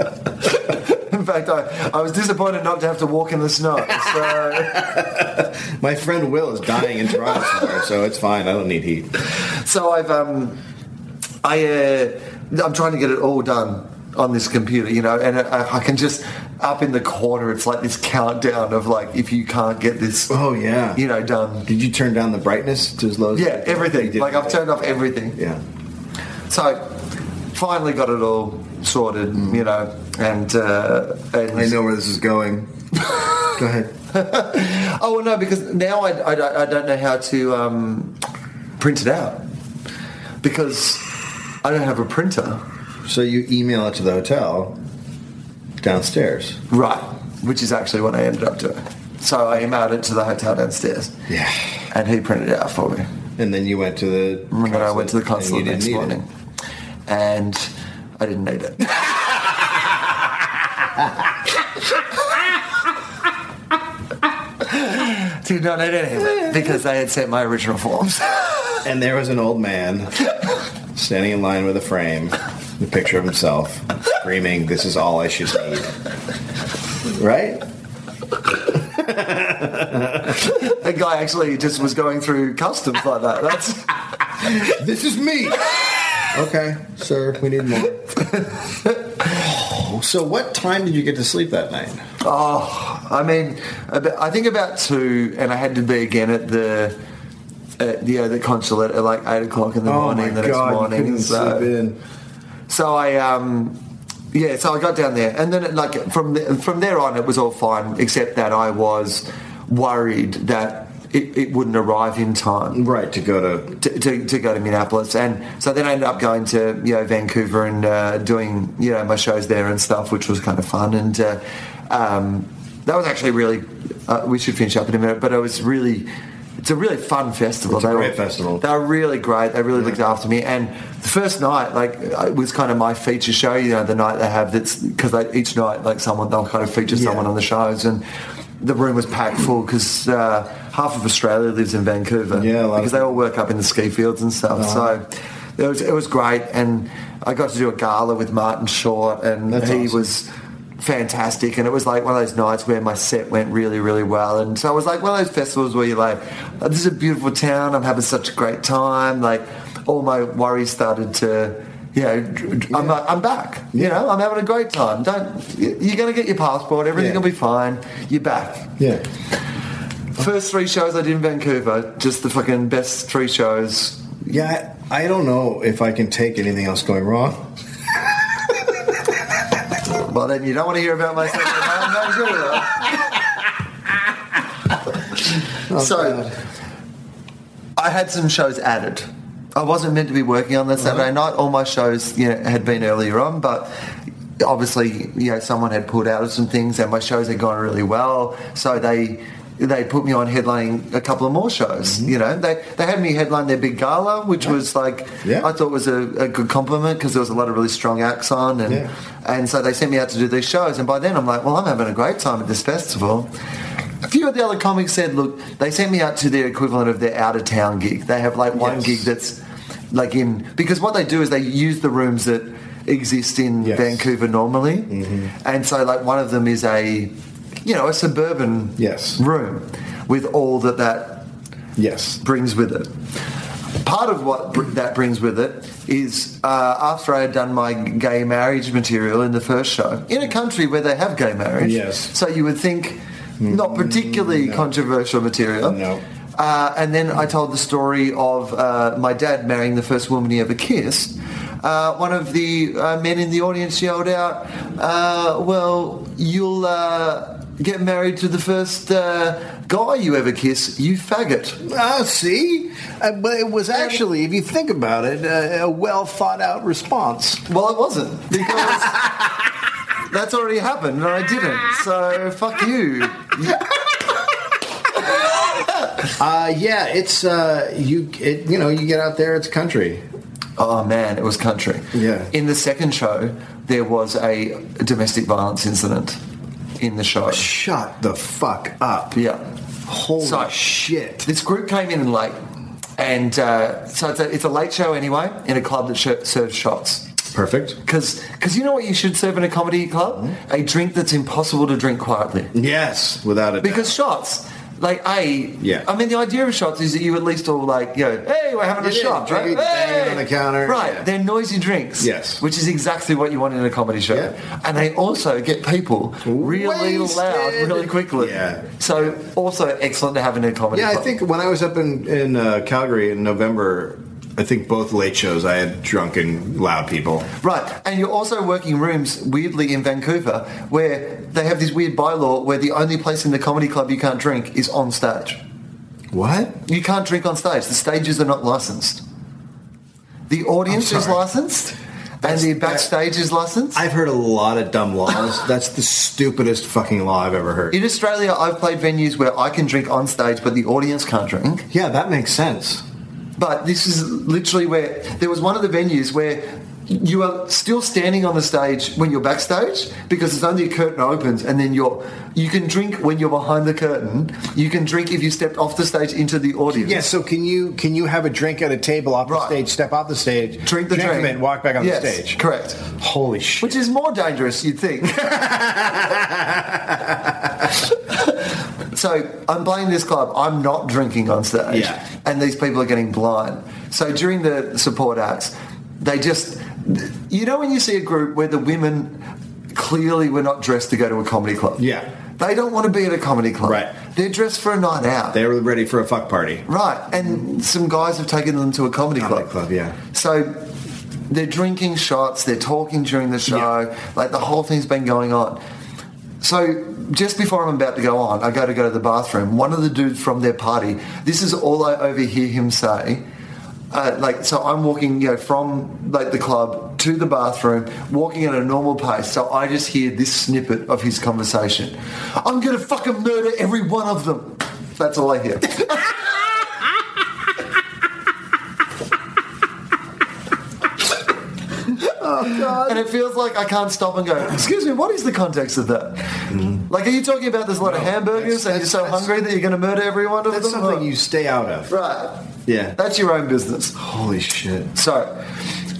heat? fact, I, I was disappointed not to have to walk in the snow. So. My friend Will is dying in Toronto somewhere, so it's fine. I don't need heat. So I've um, I uh, I'm trying to get it all done on this computer, you know, and uh, I, I can just up in the corner. It's like this countdown of like if you can't get this, Oh, yeah. you know, done. Did you turn down the brightness to as low as Yeah, You everything. did. Like I've turned off everything. Yeah. So I finally got it all sorted, you know, and uh, and Mm. I know where this is going. Go ahead. Oh well, no, because now I, I, don't- I don't know how to um, print it out because I don't have a printer. So you email it to the hotel downstairs. Right, which is actually what I ended up doing. So I emailed it to the hotel downstairs. Yeah. And he printed it out for me. And then you went to the. And then I went to the consulate consulate next and you didn't need morning. And I didn't need it. Did not need any of it because they had sent my original forms. it. And there was an old man standing in line with a frame, the picture of himself, screaming, This is all I should need. Right? A guy actually just was going through customs like that. That's This is me. okay, sir, we need more. Oh, so what time did you get to sleep that night? Oh, I mean, about, I think about two, and I had to be again at the at, you know, the consulate at like eight o'clock in Oh the morning the next morning. so, in. so I um. Yeah, so I got down there, and then it, like from the, from there on, it was all fine, except that I was worried that it, it wouldn't arrive in time Right, to go to... to, to, to go to Minneapolis, and so then I ended up going to you know Vancouver and uh, doing you know my shows there and stuff, which was kind of fun. And uh, um, that was actually really. Uh, we should finish up in a minute, but it was really. It's a really fun festival. It's a They great were- festival. They were really great. They really looked after me. And the first night, like, it was kind of my feature show. You know, the night they have that's because each night, like, someone they'll kind of feature someone on the shows, and the room was packed full because uh, half of Australia lives in Vancouver. Yeah, a lot of because they all work up in the ski fields and stuff. So it was it was great, and I got to do a gala with Martin Short, and That's he awesome. was fantastic. And it was like one of those nights where my set went really, really well. And so it was like one of those festivals where you're like, oh, "This is a beautiful town. I'm having such a great time." Like all my worries started to. You know, dr- dr- I'm, I'm back. You know, I'm having a great time. Don't y- you're going to get your passport. Everything Yeah. will be fine. You're back. Yeah. First three shows I did in Vancouver, just the fucking best three shows. Yeah, I, I don't know if I can take anything else going wrong. Well, then you don't want to hear about myself. I'm not good with that. Oh, so, I had some shows added. I wasn't meant to be working Uh-huh. on that Saturday night. All my shows, you know, had been earlier on, but obviously, you know, someone had pulled out of some things, and my shows had gone really well. So they they put me on headlining a couple of more shows. You know, they they had me headline their big gala, which was like Mm-hmm. Yeah. I thought was a, a good compliment because there was a lot of really strong acts on, and Yeah. and so they sent me out to do these shows. And by then, I'm like, well, I'm having a great time at this festival. A few of the other comics said, look, they sent me out to their equivalent of their out of town gig. They have like one Yes. gig that's like in because what they do is they use the rooms that exist in Yes. Mm-hmm. Vancouver normally, and so like one of them is a you know a suburban Yes. room with all that that Yes. brings with it. Part of what br- that brings with it is uh, after I had done my gay marriage material in the first show, in a country where they have gay marriage. Yes. Mm-hmm. So you would think not particularly controversial material. No. Uh, and then I told the story of uh, my dad marrying the first woman he ever kissed. Uh, one of the uh, men in the audience yelled out, uh, "Well, you'll uh, get married to the first uh, guy you ever kiss, you faggot." Ah, see? Uh, but it was actually, if you think about it, uh, a well thought out response. Well, it wasn't because that's already happened, and I didn't. So fuck you. Uh, yeah, it's uh, you. It, you know, you get out there, it's country. Oh man, it was country. Yeah. In the second show, there was a domestic violence incident in the show. Shut the fuck up. Yeah. Holy So- shit. This group came in late, and uh, so it's a, it's a late show anyway in a club that sh- serves shots. Perfect. Because you know what you should serve in a comedy club? Hmm? A drink that's impossible to drink quietly. Yes, without it. Because shots, like a, Yeah. I mean, the idea of shots is that you at least all like, you know, hey, we're having a Yeah, shot, right? drink, bang hey! it on the counter, right? yeah. They're noisy drinks. Yes. which is exactly what you want in a comedy show, Yeah. and they also get people really loud, Wasted. really quickly. Yeah. So also excellent to have in a comedy. Yeah, I club. think when I was up in in uh, Calgary in November, I think both late shows I had drunken loud people. Right, and you're also working rooms weirdly in Vancouver where they have this weird bylaw where the only place in the comedy club you can't drink is on stage. What? You can't drink on stage. The stages are not licensed. The audience I'm is sorry. licensed, That's- and the backstage is licensed. I've heard a lot of dumb laws. That's the stupidest fucking law I've ever heard. in Australia, I've played venues where I can drink on stage, but the audience can't drink. Yeah, that makes sense. But this is literally where there was one of the venues where you are still standing on the stage when you're backstage because it's only a curtain opens and then you're you can drink when you're behind the curtain you can drink if you stepped off the stage into the audience Yeah, so can you can you have a drink at a table off the Right. stage, step off the stage, drink the from drink it, and walk back on Yes, the stage? correct Holy shit! which is more dangerous you'd think so I'm playing this club. I'm not drinking on stage, Yeah. and these people are getting blind. So during the support acts, they just, you know, when you see a group where the women clearly were not dressed to go to a comedy club, Yeah. they don't want to be at a comedy club. Right. they're dressed for a night out. they were ready for a fuck party. Right, and some guys have taken them to a comedy Comedy club. club, yeah. So they're drinking shots, they're talking during the show, like the whole thing's been going on. So just before I'm about to go on, I go to go to the bathroom. One of the dudes from their party, this is all I overhear him say. Uh, like so, I'm walking, you know, from like the club to the bathroom, walking at a normal pace. So I just hear this snippet of his conversation. I'm gonna fucking murder every one of them. That's all I hear. Oh, and it feels like I can't stop and go, excuse me, what is the context of that? Like, are you talking about there's a lot of hamburgers Mm-hmm. that's- and you're so that's- hungry that you're going to murder every one of That's them? something you stay out of. Right. Yeah. That's your own business. Holy shit! So,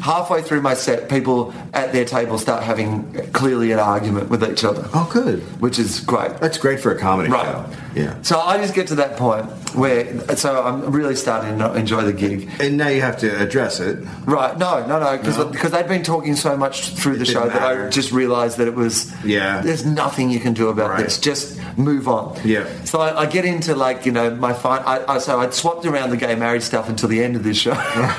halfway through my set, people at their table start having clearly an argument with each other, Oh, good. which is great. That's great for a comedy Right. show. Yeah. So I just get to that point where, so I'm really starting to not enjoy the gig. And now you have to address it. Right? No, no, no, because No? because they'd been talking so much through the didn't show that I matter. just realised that it was Yeah. There's nothing you can do about Right. this. Just move on. Yeah. So I, I get into like you know my fine. I, I, so I swapped around the gay marriage stuff until the end of this show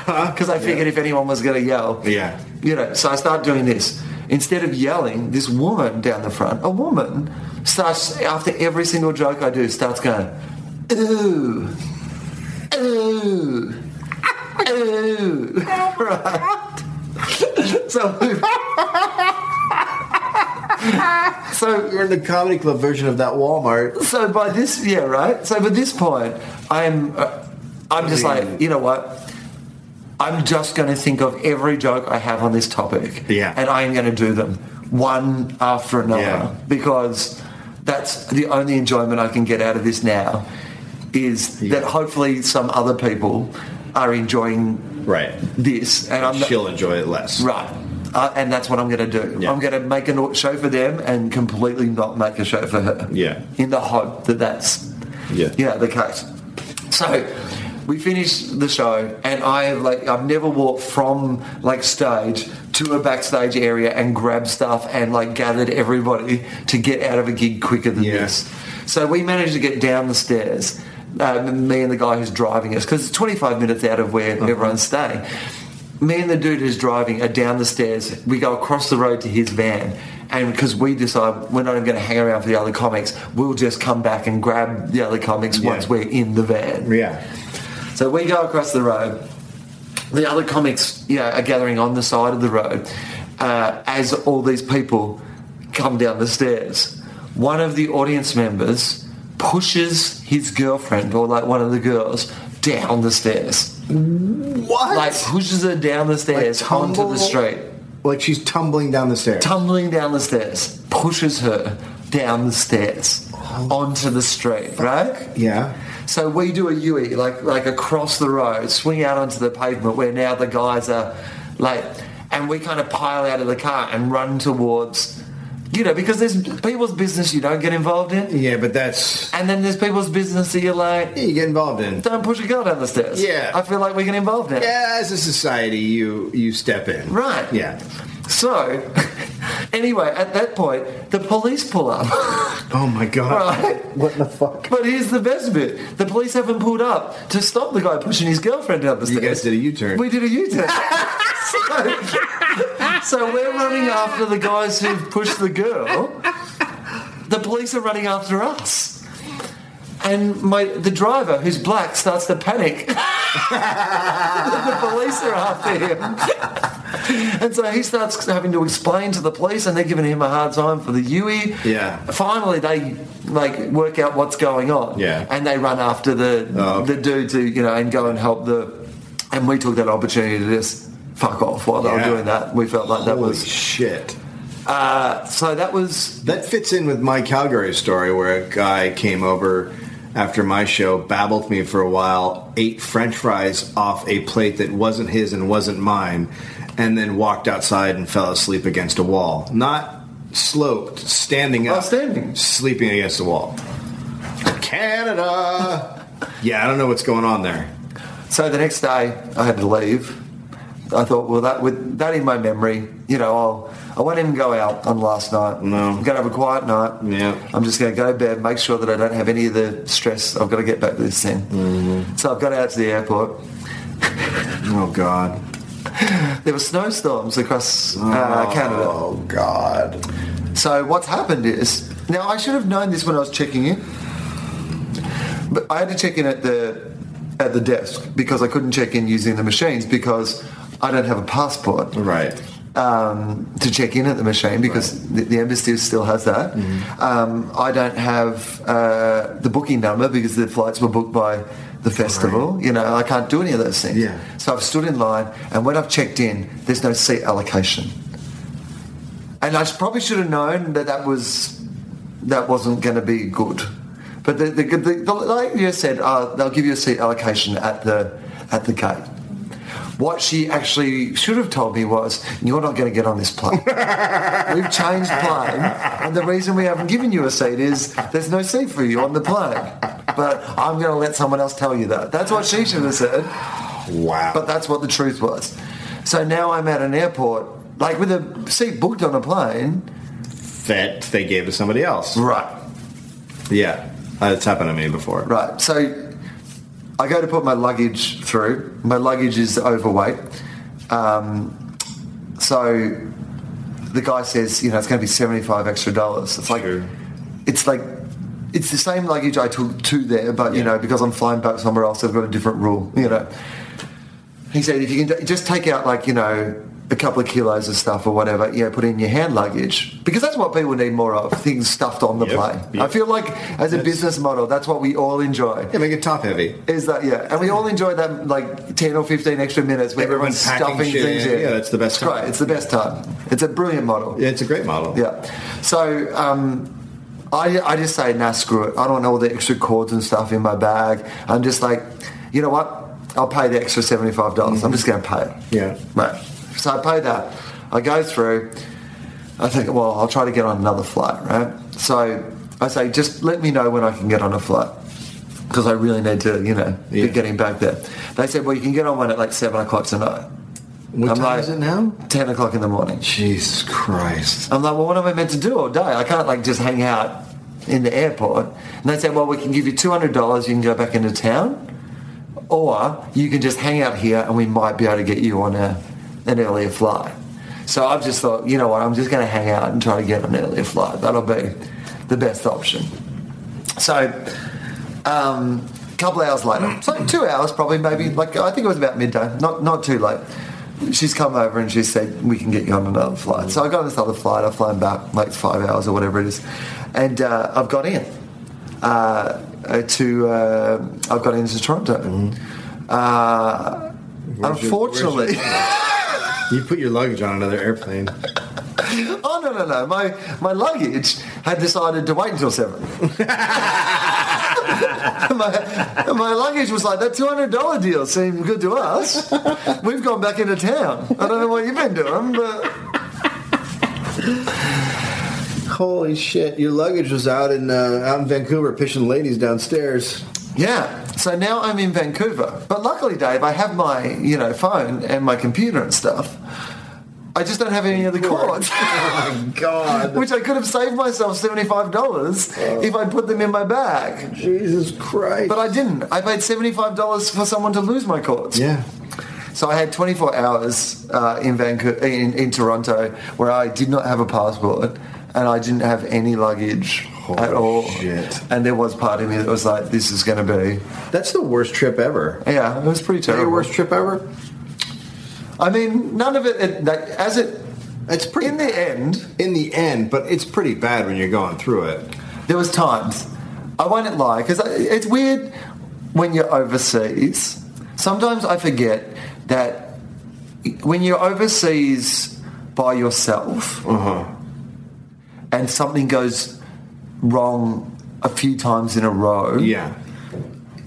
because I figured if anyone was going to yell, Yeah. you know. So I start doing this instead of yelling. This woman down the front, a woman, starts after every single joke I do, starts going, ooh, ooh. Ooh. So, so, You're in the comedy club version of that Walmart. so by this, yeah, right. So by this point, I'm, uh, I'm just like, you know what? I'm just going to think of every joke I have on this topic, Yeah. and I'm going to do them one after another Yeah. because that's the only enjoyment I can get out of this now. Is Yeah. that hopefully some other people are enjoying Right. this, and I'm not- She'll enjoy it less. Right. Uh, and that's what I'm going to do. Yeah. I'm going to make a show for them and completely not make a show for her. Yeah. In the hope that that's, Yeah. you know, the case. So we finish the show and I have like, I've never walked from like stage to a backstage area and grabbed stuff and like gathered everybody to get out of a gig quicker than Yeah. this. So we managed to get down the stairs, um, me and the guy who's driving us, because it's 25 minutes out of where everyone's staying. Me and the dude who's driving are down the stairs. We go across the road to his van. And because we decide we're not even going to hang around for the other comics, we'll just come back and grab the other comics Yeah. once we're in the van. Yeah. So we go across the road. The other comics, you know, are gathering on the side of the road uh, as all these people come down the stairs. One of the audience members pushes his girlfriend or like one of the girls down the stairs, What? like pushes her down the stairs onto the tumble- street, Like she's tumbling down the stairs. tumbling down the stairs, pushes her down the stairs onto the street, right? yeah. So we do a E, Yui, like like across the road, swing out onto the pavement where now the guys are like. and we kind of pile out of the car and run towards, you know, because there's people's business you don't get involved in, Yeah, but that's and then there's people's business that you're like, you get involved in. don't push a girl down the stairs. Yeah. I feel like we get involved in it. Yeah, as a society, you you step in. Right. Yeah. So, anyway, at that point, the police pull up. Oh my god. Right. What the fuck? But here's the best bit: the police haven't pulled up to stop the guy pushing his girlfriend down the You stairs. guys did a U-turn. We did a U-turn. so, so we're running after the guys who pushed the girl. The police are running after us. And my the driver, who's black, starts to panic. the police are after him. And so he starts having to explain to the police, and they're giving him a hard time for the E. Yui. Yeah. Finally, they like work out what's going on. Yeah. And they run after the Oh. the dudes who you know and go and help the and we took that opportunity to just fuck off while they Yeah. were doing that we felt like that Holy was shit. uh, so that was That fits in with my Calgary story where a guy came over after my show, babbled me for a while, ate french fries off a plate that wasn't his and wasn't mine, and then walked outside and fell asleep against a wall. Not sloped, standing Oh, up. standing. Sleeping against the wall. Canada! yeah, I don't know what's going on there. so the next day I had to leave I thought well that with that in my memory you know I'll I won't even go out on last night. No. I'm gonna have a quiet night. Yeah. I'm just gonna go to bed, make sure that I don't have any of the stress. I've got to get back to this thing. Mm-hmm. So I've got out to the airport. Oh, God. There were snowstorms across uh, Canada. Oh, God. So what's happened is now I should have known this when I was checking in, but I had to check in at the at the desk because I couldn't check in using the machines because I don't have a passport Right. um, to check in at the machine because the, the embassy still has that. Um, I don't have uh, the booking number because the flights were booked by the festival. You know, I can't do any of those things. Yeah. So I've stood in line, and when I've checked in, there's no seat allocation. And I probably should have known that that was that wasn't going to be good. But the, the, the, the like you said, uh, they'll give you a seat allocation at the at the gate. What she actually should have told me was, "You're not going to get on this plane. We've changed plane, and the reason we haven't given you a seat is there's no seat for you on the plane." But I'm going to let someone else tell you that. That's what she should have said. Wow. But that's what the truth was. So now I'm at an airport, like with a seat booked on a plane. that they gave to somebody else. Right. Yeah, that's happened to me before. Right. So I go to put my luggage through. My luggage is overweight. Um, so the guy says, you know, it's going to be 75 extra dollars. It's like, Sure. it's like, it's the same luggage I took to there, but you Yeah. know, because I'm flying back somewhere else, I've got a different rule, you know. He said, if you can t- just take out like, you know, a couple of kilos of stuff or whatever, you know, put it in your hand luggage because that's what people need more of things stuffed on the Yep. plane. I Yep. feel like as a That's- business model, that's what we all enjoy. Yeah, make it top heavy. Is that yeah? And we all enjoy that like ten or fifteen extra minutes where Everyone's everyone's packing stuffing shit things in. in. Yeah, that's the best It's great. time. It's the best time. It's a brilliant model. It's a great model. Yeah. So um, I, I just say, nah, screw it. I don't want all the extra cords and stuff in my bag. I'm just like, you know what? I'll pay the extra $75. dollars I'm just going to pay it. Mm-hmm. Yeah. Right. So I pay that. I go through. I think, well, I'll try to get on another flight, right? So I say, just let me know when I can get on a flight. Because I really need to, you know, Yeah. be getting back there. They said, well, you can get on one at like 7 o'clock tonight. What time is it now? 10 o'clock in the morning. Jesus Christ. I'm like, well, what am I meant to do all day? I can't like just hang out in the airport. And they said, well, we can give you two hundred dollars. You can go back into town, or you can just hang out here, and we might be able to get you on a an earlier flight. So I've just thought, you know what? I'm just going to hang out and try to get an earlier flight. That'll be the best option. So. Um, couple hours later, so two hours probably, maybe like I think it was about midday, not not too late. She's come over and she said we can get you on another flight. So I got on this other flight. I've flown back like five hours or whatever it is, and uh, I've got in uh, uh, to uh, I've got into Toronto. Uh, Mm-hmm. Where's your- unfortunately, You put your luggage on another airplane. oh no no no, my my luggage had decided to wait until seven. my, my luggage was like that two hundred dollar deal seemed good to us. We've gone back into town. I don't know what you've been doing, but Holy shit! Your luggage was out in uh, out in Vancouver, pitching ladies downstairs. yeah. So now I'm in Vancouver, but luckily, Dave, I have my you know phone and my computer and stuff. I just don't have any of the cords. Oh my god! Which I could have saved myself seventy-five dollars if I put them in my bag. Jesus Christ! But I didn't. I paid seventy-five dollars for someone to lose my cords. yeah. So I had 24 hours uh, in Vancouver, in, in Toronto, where I did not have a passport and I didn't have any luggage Holy at all. shit. And there was part of me that was like, "This is going to That's the worst trip ever. be." Yeah, it was pretty Is that your terrible. worst trip ever? I mean, none of it, it like, as it It's pretty in the end. in the end, but it's pretty bad when you're going through it. There was times I won't lie because it's weird when you're overseas. Sometimes I forget that when you're overseas by yourself and something goes wrong a few times in a row, Yeah.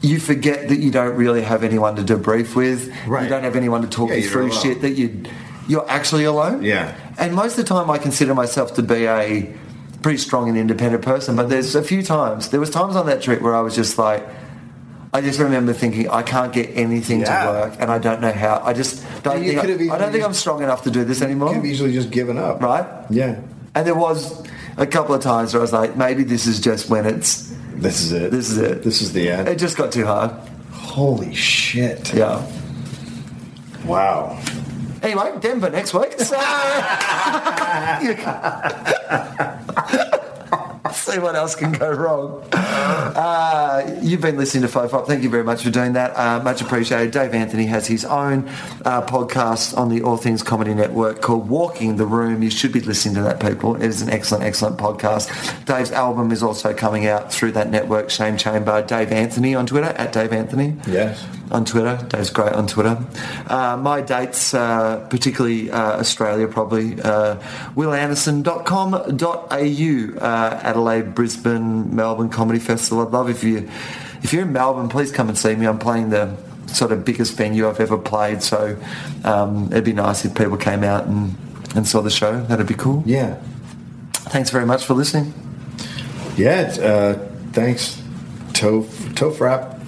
you forget that you don't really have anyone to debrief with. Right. You don't have anyone to talk Yeah, you you're through alone. shit that you you're actually alone. Yeah. And most of the time, I consider myself to be a pretty strong and independent person. But there's a few times, there was times on that trip where I was just like, I just remember thinking I can't get anything Yeah. to work, and I don't know how. I just don't And you think I, could have I easily don't think just- I'm strong enough to do this anymore. Could have easily just given up. Right? Yeah. And there was a couple of times where I was like, maybe this is just when it's This is it. this is it. This is the end. It just got too hard. Holy shit. Yeah. Wow. Anyway, Denver next week. So see what else can go wrong. Uh, you've been listening to Fofop. Thank you very much for doing that. Uh, much appreciated. Dave Anthony has his own uh, podcast on the All Things Comedy Network called Walking the Room. You should be listening to that, people. It is an excellent, excellent podcast. Dave's album is also coming out through that network, Shame Chamber. Dave Anthony on Twitter, at Dave Anthony Yes. on Twitter. Dave's great on Twitter. Uh, my dates, uh, particularly uh, Australia, probably uh, willanderson.com.au, uh, Adelaide, Brisbane, Melbourne Comedy Festival. I'd love if you if you're in Melbourne, please come and see me. I'm playing the sort of biggest venue I've ever played, so um, it'd be nice if people came out and, and saw the show. That'd be cool. Yeah. Thanks very much for listening. Yeah. it's, Uh, thanks, Toph. Toph Rap.